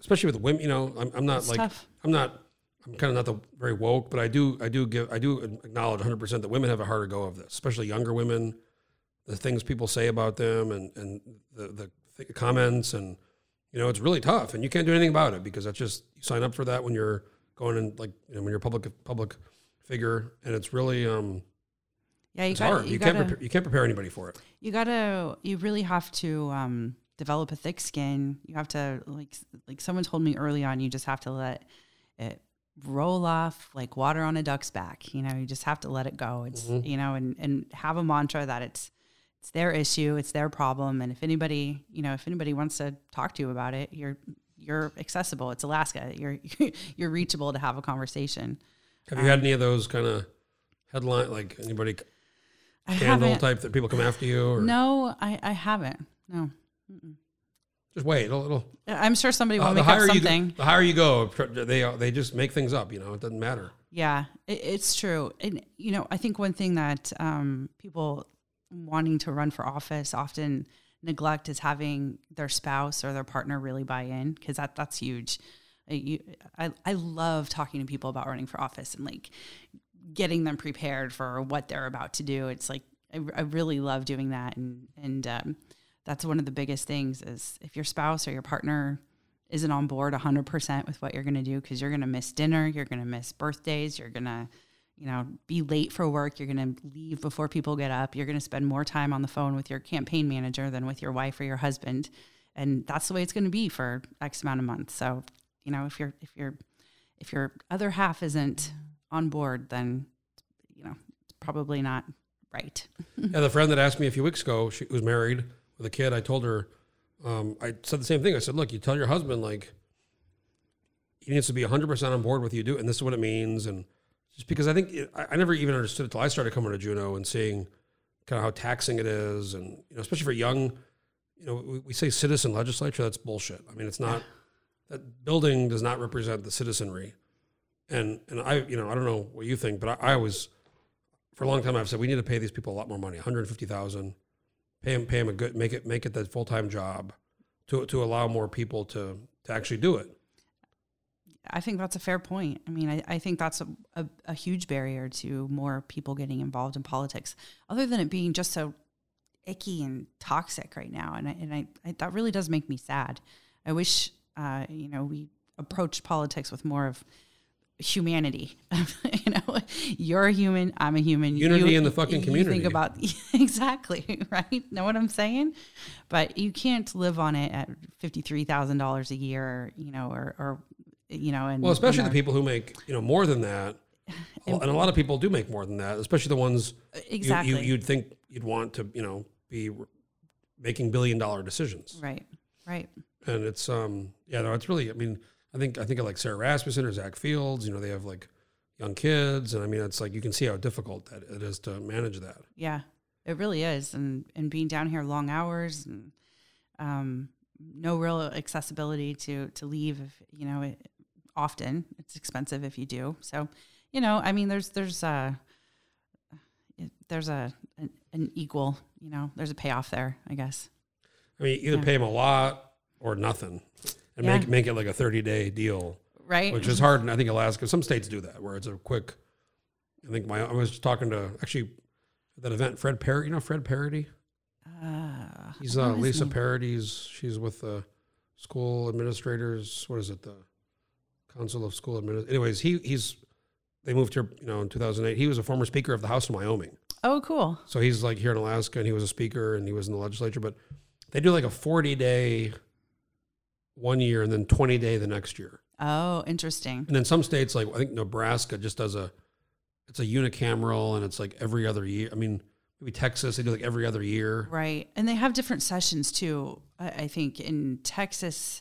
B: especially with women you know i'm, I'm not
C: It's
B: like
C: tough.
B: i'm not i'm kind of not the very woke but i do i do give i do acknowledge 100% that women have a harder go of this especially younger women the things people say about them and and the the th- comments and you know it's really tough and you can't do anything about it because that's just you sign up for that when you're going in like you know, when you're a public public figure and it's really um
C: Yeah, you
B: it's
C: got
B: hard
C: you,
B: you,
C: gotta
B: can't prepare, you can't prepare anybody for it
C: you gotta you really have to um, develop a thick skin. You have to like like someone told me early on. You just have to let it roll off like water on a duck's back. You know, you just have to let it go. It's
B: Mm-hmm.
C: you know, and and have a mantra that it's it's their issue, it's their problem, and if anybody you know if anybody wants to talk to you about it, you're you're accessible. It's Alaska. You're you're reachable to have a conversation.
B: have
C: Uh,
B: you had any of those kind of headline like anybody
C: I
B: Candle
C: haven't-
B: type that people come after you or
C: No, I, I haven't. No.
B: just wait it'll, it'll
C: I'm sure somebody will
B: Uh, the
C: make up
B: higher you
C: something.
B: go, the higher you go tr- they are- they just make things up you know it doesn't matter
C: Yeah, it, it's true. And, you know, I think one thing that um, people wanting to run for office often neglect is having their spouse or their partner really buy in because that, that's huge. Uh, You, I, I love talking to people about running for office and like getting them prepared for what they're about to do. It's like, I, I really love doing that. And, and um, that's one of the biggest things is if your spouse or your partner isn't on board 100% with what you're going to do because you're going to miss dinner, you're going to miss birthdays, you're going to, you know, be late for work, you're going to leave before people get up, you're going to spend more time on the phone with your campaign manager than with your wife or your husband. And that's the way it's going to be for X amount of months. So, you know, if your if your if your other half isn't on board, then you know, it's probably not right.
B: yeah the friend that asked me a few weeks ago she was married with a kid i told her um, i said the same thing i said look you tell your husband like he needs to be 100% on board with you do and this is what it means and just because i think it, I, I never even understood it till i started coming to juneau and seeing kind of how taxing it is and you know especially for young you know we, we say citizen legislature that's bullshit i mean it's not that building does not represent the citizenry and and i you know i don't know what you think but i, I always for a long time i've said we need to pay these people a lot more money 150000 pay them pay them a good make it make it that full-time job to to allow more people to to actually do it
C: I think that's a fair point. I mean, I, I think that's a, a, a huge barrier to more people getting involved in politics, other than it being just so icky and toxic right now. And I, and I, I that really does make me sad. I wish, uh, you know, we approached politics with more of humanity. you know, you're a human, I'm a human.
B: Unity
C: You-
B: in the fucking
C: you
B: community.
C: Think about Uh, exactly right. Know what I'm saying? But you can't live on it at fifty three thousand dollars a year. You know, or or you know, and
B: well especially
C: and
B: the people who make you know more than that and a lot of people do make more than that especially the ones
C: exactly
B: you, you you'd think you'd want to you know be making billion dollar decisions
C: right, right.
B: and it's um yeah no it's really I mean I think I think of like Sarah Rasmussen or Zach Fields you know they have like young kids and I mean it's like you can see how difficult that it is to manage that
C: Yeah, it really is, and and being down here long hours and um, no real accessibility to to leave. If, you know, it, often it's expensive if you do. So, you know, I mean, there's there's a there's a an, an equal. You know, there's a payoff there, I guess.
B: I mean either pay 'em pay them a lot or nothing and make
C: Yeah.
B: make it like a thirty day deal
C: Right?
B: which is hard and I think Alaska some states do that where it's a quick I think my I was talking to actually at that event Fred Parody you know Fred Parody
C: uh,
B: He's
C: I don't
B: uh,
C: know his
B: Lisa
C: name.
B: Parody's. She's with the school administrators. What is it? The Council of School Administrators. Anyways, he he's they moved here. You know, in 2008, he was a former speaker of the House in Wyoming.
C: Oh, cool.
B: So he's like here in Alaska, and he was a speaker, and he was in the legislature. But they do like a 40 day one year, and then 20 day the next year.
C: Oh, interesting.
B: And then some states, like I think Nebraska, just does a it's a unicameral, and it's like every other year. I mean, maybe Texas, they do like every other year.
C: Right. And they have different sessions too. I, I think in Texas,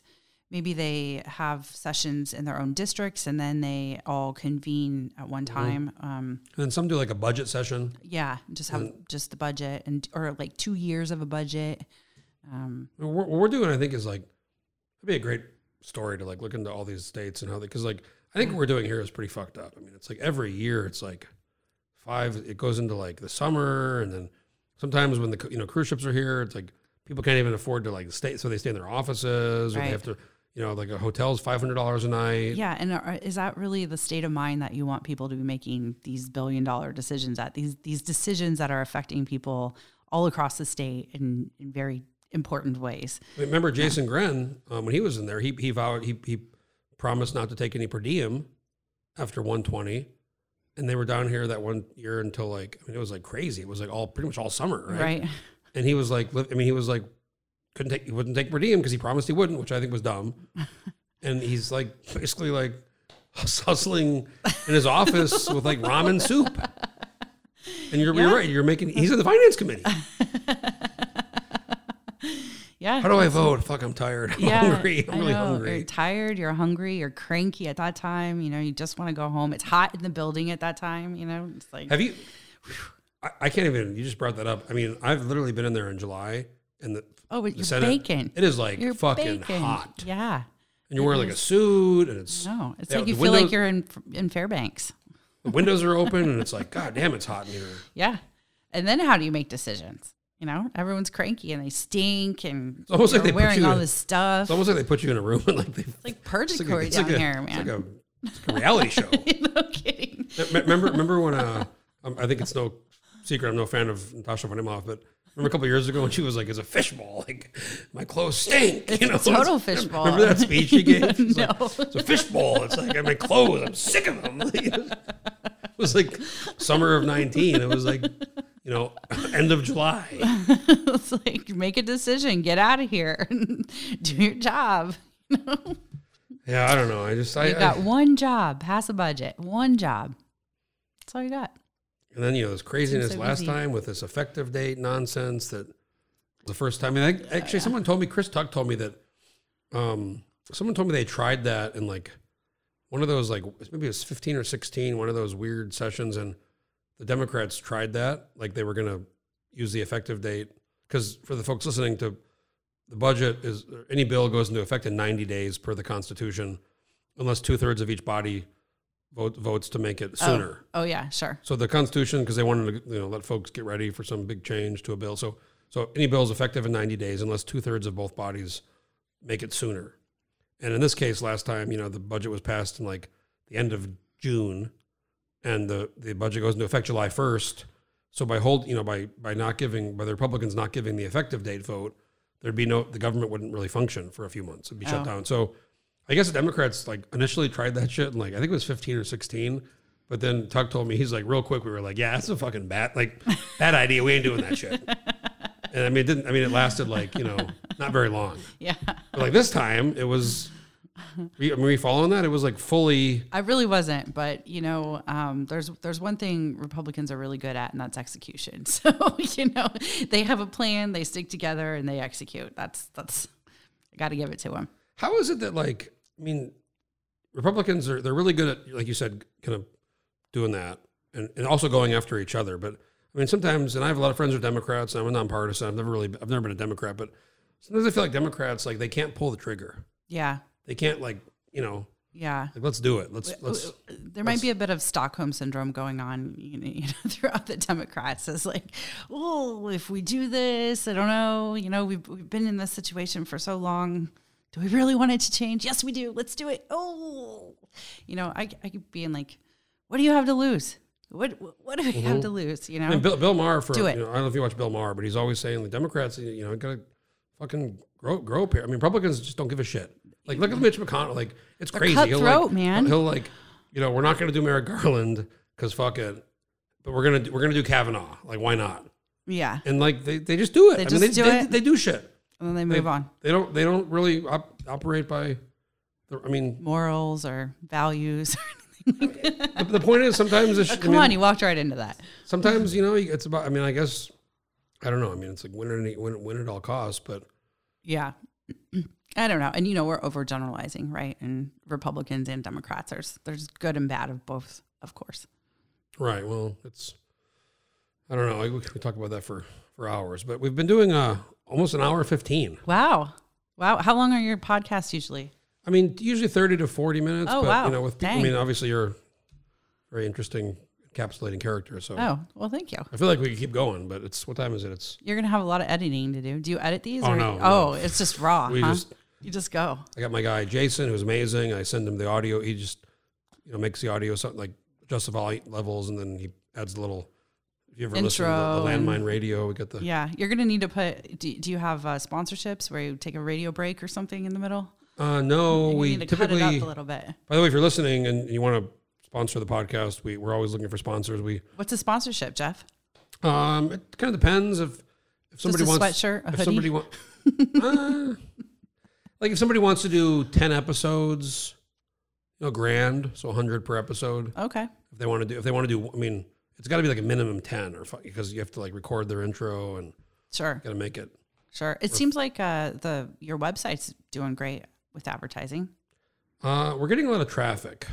C: maybe they have sessions in their own districts and then they all convene at one
B: Mm-hmm.
C: time. Um,
B: And then some do like a budget session. Mm.
C: yeah. Just have just the budget and, or like two years of a budget. Um,
B: I mean, What what we're doing, I think, is like it'd be a great story to like look into all these states and how they because like I think what we're doing here is pretty fucked up. I mean, it's like every year it's like five. It goes into like the summer, and then sometimes when the cru- you know cruise ships are here, it's like people can't even afford to like stay, so they stay in their offices or
C: Right.
B: they have to you know like a hotel's five hundred dollars a night.
C: yeah, and are, is that really the state of mind that you want people to be making these billion dollar decisions at these these decisions that are affecting people all across the state in, in very important ways?
B: I mean, Remember Jason Gren um, when he was in there, he he vowed he he promised not to take any per diem after 120, and they were down here that one year until like I mean it was like crazy. It was like all pretty much all summer, right?
C: Right?
B: And he was like, li- I mean, he was like couldn't take he wouldn't take per diem because he promised he wouldn't, which I think was dumb. and he's like basically like hustling in his office with like ramen soup. And you're,
C: Yeah.
B: you're right. You're making. He's in the finance committee.
C: Yeah.
B: How do I vote? Fuck, I'm tired. I'm hungry. I'm
C: I
B: really
C: know.
B: hungry.
C: You're tired. You're hungry. You're cranky at that time. You know, you just want to go home. It's hot in the building at that time. You know, it's like
B: Have you? I, I can't even. You just brought that up. I mean, I've literally been in there in July, and the
C: oh, but
B: the
C: you're
B: Senate-
C: baking.
B: It is like
C: You're
B: fucking
C: baking.
B: hot,
C: Yeah.
B: and you're wearing like a suit, and it's
C: No, it's
B: Yeah,
C: like you
B: the
C: feel
B: windows-
C: like you're in in Fairbanks.
B: the windows are open, and it's like, god damn, it's hot in here.
C: Yeah. And then how do you make decisions? You know, everyone's cranky and they stink and it's
B: almost like they put
C: wearing
B: you
C: all
B: in-
C: this stuff.
B: It's almost like they put you in a room and like they
C: like
B: it's like
C: purgatory
B: a- it's
C: down
B: like a-
C: here,
B: it's like
C: man.
B: a, it's like a reality show.
C: no kidding.
B: Me- me- remember, remember when uh, um, I think it's no secret. I'm no fan of Natasha von Imhoff, but remember a couple years ago when she was like, "As a fishbowl, like my clothes stink." You know,
C: total
B: It's-
C: fishbowl.
B: Remember that speech she gave? She's
C: No.
B: like, it's a fishbowl. It's like my clothes. I'm sick of them. it was like summer of '19. It was like you know end of July.
C: it's like make a decision, get out of here, do your job.
B: Yeah, I don't know. I just I,
C: You got
B: I-
C: one job, pass a budget, one job. That's all you got.
B: And then you know this craziness
C: so
B: last
C: busy.
B: time with this effective date nonsense that the first time. I think actually, someone told me Chris Tuck told me that. Um, someone told me they tried that in like one of those like maybe it was fifteen or sixteen, one of those weird sessions, and the Democrats tried that like they were gonna use the effective date because for the folks listening to the budget is any bill goes into effect in ninety days per the Constitution, unless two thirds of each body vote, votes to make it sooner.
C: Oh yeah, sure.
B: So the Constitution, because they wanted to, you know, let folks get ready for some big change to a bill. So, so any bill is effective in 90 days unless two thirds of both bodies make it sooner. And in this case, last time, you know, the budget was passed in like the end of June, and the the budget goes into effect July 1st. So by hold, you know, by by not giving, by the Republicans not giving the effective date vote, there'd be no, the government wouldn't really function for a few months. It'd be shut
C: Oh.
B: down. So. I guess the Democrats like initially tried that shit and like I think it was 15 or 16. But then Tuck told me he's like real quick we were like, Yeah, that's a fucking bad like bad idea. We ain't doing that shit. And I mean it didn't I mean it lasted like, you know, not very long.
C: Yeah.
B: But like this time it was we, I mean, we following that? It was like fully
C: I really wasn't, but you know, um, there's there's one thing Republicans are really good at, and that's execution. So you know, they have a plan, they stick together, and they execute. That's that's I got to give it to them.
B: How is it that like I mean, Republicans are they're really good at like you said, kind of doing that and, and also going after each other. But I mean, sometimes and I have a lot of friends who are Democrats. And I'm a nonpartisan. I've never really I've never been a Democrat, but sometimes I feel like Democrats like they can't pull the trigger.
C: Yeah,
B: They can't like you know
C: yeah.
B: like let's do it. Let's let's
C: There might be a bit of Stockholm syndrome going on, you know, you know throughout the Democrats. It's like, oh, if we do this, I don't know. You know, we've we've been in this situation for so long. Do we really want it to change? Yes, we do. Let's do it. Oh, you know, I I keep being like, what do you have to lose? What what do we
B: Mm-hmm.
C: have to lose? You know,
B: And Bill, Bill Maher for
C: Do it.
B: You know, I don't know if you watch Bill Maher, but he's always saying the Democrats, you know, gotta fucking grow grow up here. I mean, Republicans just don't give a shit. Like look at Mitch McConnell. Like it's crazy.
C: cutthroat,
B: like,
C: man.
B: He'll like, you know, we're not gonna do Merrick Garland because fuck it, but we're gonna do, we're gonna do Kavanaugh. Like why not?
C: yeah.
B: And like they, they just do it. They
C: just
B: they,
C: do
B: they,
C: it.
B: They do shit.
C: And then they
B: They-
C: move on.
B: They don't they don't really op, operate by. The, I mean,
C: Morals or values.
B: the, the point is sometimes it's,
C: Uh, Come
B: I mean,
C: on, you walked right into that.
B: sometimes you know it's about. I mean, I guess I don't know. I mean, it's like win at any, win, win at all costs, but.
C: Yeah. I don't know. And you know, we're overgeneralizing, right? And Republicans and Democrats, there's there's good and bad of both, of course.
B: Right. Well, it's I don't know. I- We could talk about that for for hours, but we've been doing uh almost an hour fifteen.
C: Wow. Wow. How long are your podcasts usually?
B: I mean, usually thirty to forty minutes.
C: Oh,
B: but
C: wow.
B: You know, with I
C: Dang.
B: mean, obviously you're a very interesting, encapsulating character. So
C: Oh, well, thank you.
B: I feel like we could keep going, but it's what time is it? It's
C: You're going to have a lot of editing to do. Do you edit these?
B: Oh,
C: or,
B: no,
C: oh
B: no.
C: it's just raw.
B: We
C: huh?
B: just-
C: you just go.
B: I got my guy Jason, who's amazing. I send him the audio. He just you know makes the audio something like adjusts the volume levels, and then he adds a little. If you ever listen to the,
C: Intro
B: the
C: and-
B: landmine radio, we get the
C: Yeah. You're going to need to put, do, do you have uh, sponsorships where you take a radio break or something in the middle?
B: Uh, no,
C: You
B: we
C: need to
B: typically.
C: cut it up a little bit.
B: By the way, if you're listening and you want to sponsor the podcast, we we're always looking for sponsors. We
C: What's a sponsorship, Jeff?
B: um, it kind of depends if if somebody
C: a
B: wants
C: sweatshirt, a
B: if
C: hoodie?
B: somebody wants like if somebody wants to do ten episodes, you know, grand, so hundred per episode.
C: Okay.
B: If they want to do, if they want to do, I mean, it's got to be like a minimum ten or fi- because you have to like record their intro and
C: Sure.
B: got to make it.
C: Sure. It seems like uh, the your website's doing great with advertising.
B: Uh, we're getting a lot of traffic.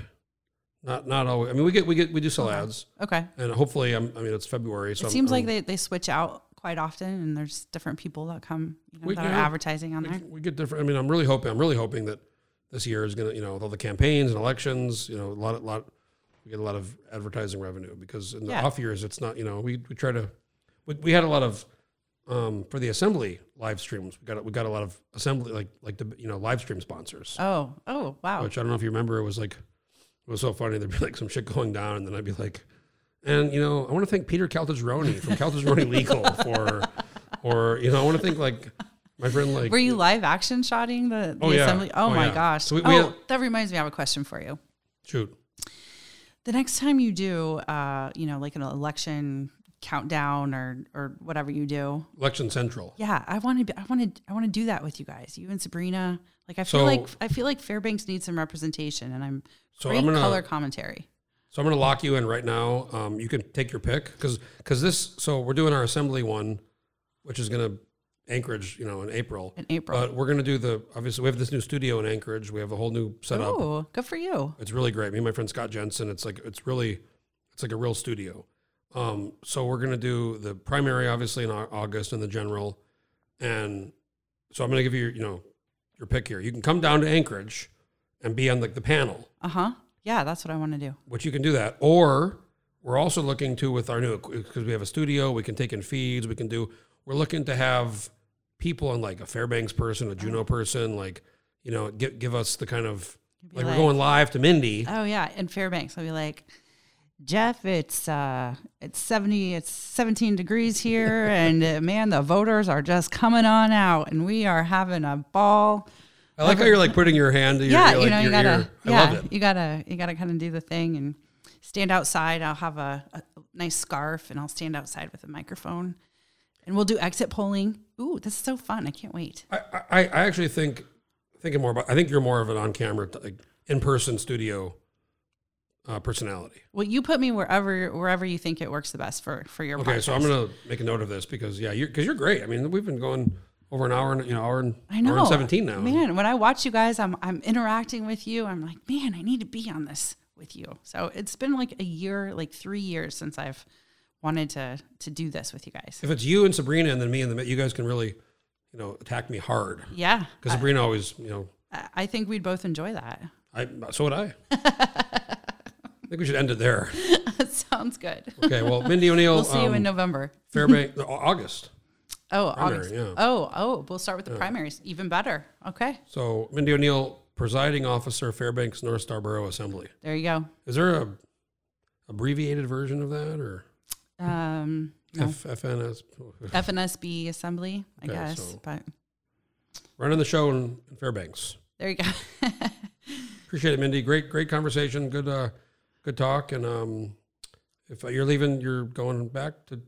B: Not not always. I mean, we get we get we do sell ads.
C: Okay.
B: And hopefully, I'm, I mean, it's February. So
C: It
B: I'm-
C: seems like
B: I'm-
C: they, they switch out quite often, and there's different people that come you know,
B: We-
C: that
B: yeah.
C: are advertising on
B: we,
C: there.
B: we get different. I mean, I'm really hoping. I'm really hoping that this year is gonna, you know, with all the campaigns and elections, you know, a lot, lot, we get a lot of advertising revenue because in the
C: Yeah.
B: off years, it's not, you know, we, we try to, we, we had a lot of, um, for the assembly live streams, we got we got a lot of assembly like like the you know live stream sponsors,
C: Oh, oh, wow.
B: which I don't know if you remember. It was like, it was so funny. There'd be like some shit going down, and then I'd be like, and you know, I want to thank Peter Caltagirone from Caltagirone Legal for, or you know, I want to thank like. My friend, like,
C: Were you live action shotting the, the
B: Oh, yeah.
C: assembly? Oh,
B: Oh,
C: my
B: yeah.
C: gosh.
B: So we- we
C: oh,
B: had-
C: that reminds me, I have a question for you.
B: Shoot.
C: The next time you do, uh, you know, like an election countdown or or whatever you do,
B: Election Central.
C: yeah, I want to, be, I want to, I want to do that with you guys, you and Sabrina. Like, I feel
B: So-
C: like I feel like Fairbanks needs some representation, and I'm
B: So
C: great
B: I'm gonna-
C: color commentary.
B: So I'm going to lock you in right now. Um, you can take your pick because this. So we're doing our assembly one, which is going to Anchorage, you know, in April.
C: In April.
B: But we're going to do the obviously we have this new studio in Anchorage. We have a whole new setup.
C: Oh, good for you.
B: It's really great. Me and my friend Scott Jensen. It's like it's really, it's like a real studio. Um, so we're gonna do the primary obviously in Au- August and the general, and so I'm gonna give you you know your pick here. You can come down to Anchorage and be on like the panel.
C: Uh huh. Yeah, that's what I want to do.
B: which you can do that. Or we're also looking to with our new because we have a studio, we can take in feeds, we can do. We're looking to have people and like a Fairbanks person, a Juno person, like you know, give give us the kind of
C: be
B: like, we're
C: like-
B: going live to Mindy.
C: Oh yeah, in Fairbanks, I'll be like, Jeff, it's uh, it's seventy, it's seventeen degrees here, and uh, man, the voters are just coming on out, and we are having a ball.
B: I like how you're like putting your hand to your,
C: yeah,
B: your, like,
C: you know, you
B: your
C: gotta,
B: ear.
C: yeah,
B: I love it.
C: you gotta, you gotta kind of do the thing and stand outside. I'll have a, a nice scarf, and I'll stand outside with a microphone, and we'll do exit polling. Ooh, this is so fun! I can't wait.
B: I, I, I actually think thinking more about. I think you're more of an on camera, like in person studio uh, personality.
C: Well, you put me wherever wherever you think it works the best for for your
B: Okay,
C: podcast.
B: so I'm gonna make a note of this because yeah, you're because you're great. I mean, we've been going over an hour and you know hour and
C: I know.
B: hour and seventeen now.
C: Man, when I watch you guys, I'm I'm interacting with you. I'm like, man, I need to be on this with you. So it's been like a year, like three years since I've wanted to to do this with you guys.
B: If it's you and Sabrina and then me and the you guys can really, you know, attack me hard
C: Yeah.
B: because Sabrina always you know
C: I, I think we'd both enjoy that.
B: I so would I. I think we should end it there.
C: that sounds good.
B: Okay, well, Mindy O'Neill,
C: We'll see you in
B: um,
C: November.
B: Fairbank, no, Au- August.
C: Oh,
B: primary,
C: August.
B: yeah.
C: Oh, oh, we'll start with the primaries. Even better. Okay.
B: So Mindy O'Neill, presiding officer, Fairbanks North Star Borough Assembly.
C: There you go.
B: Is there a abbreviated version of that or
C: Um
B: F- FNS?
C: FNSB assembly, I
B: Okay,
C: guess.
B: so-
C: But
B: Running the show in, in Fairbanks.
C: there you go.
B: Appreciate it, Mindy. Great, great conversation. Good, uh, good talk. And um, if you're leaving, you're going back to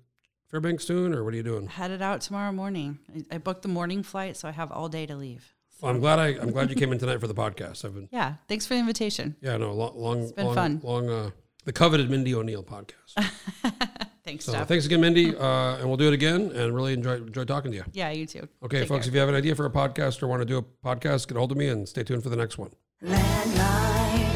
B: Fairbanks soon, or what are you doing?
C: headed out tomorrow morning. I, I booked the morning flight, so I have all day to leave.
B: Well, I'm glad I, I'm glad you came in tonight for the podcast. I've been,
C: Yeah, thanks for the invitation.
B: yeah, no, long, long,
C: been
B: long,
C: fun.
B: long, uh, the coveted Mindy O'Neill podcast.
C: Thanks,
B: So
C: Jeff.
B: thanks again, Mindy, uh, and we'll do it again. And really enjoy enjoy talking to you.
C: yeah, you too.
B: Okay,
C: Take
B: folks,
C: care.
B: if you have an idea for a podcast or want to do a podcast, get a hold of me and stay tuned for the next one.
A: Landline. Oh,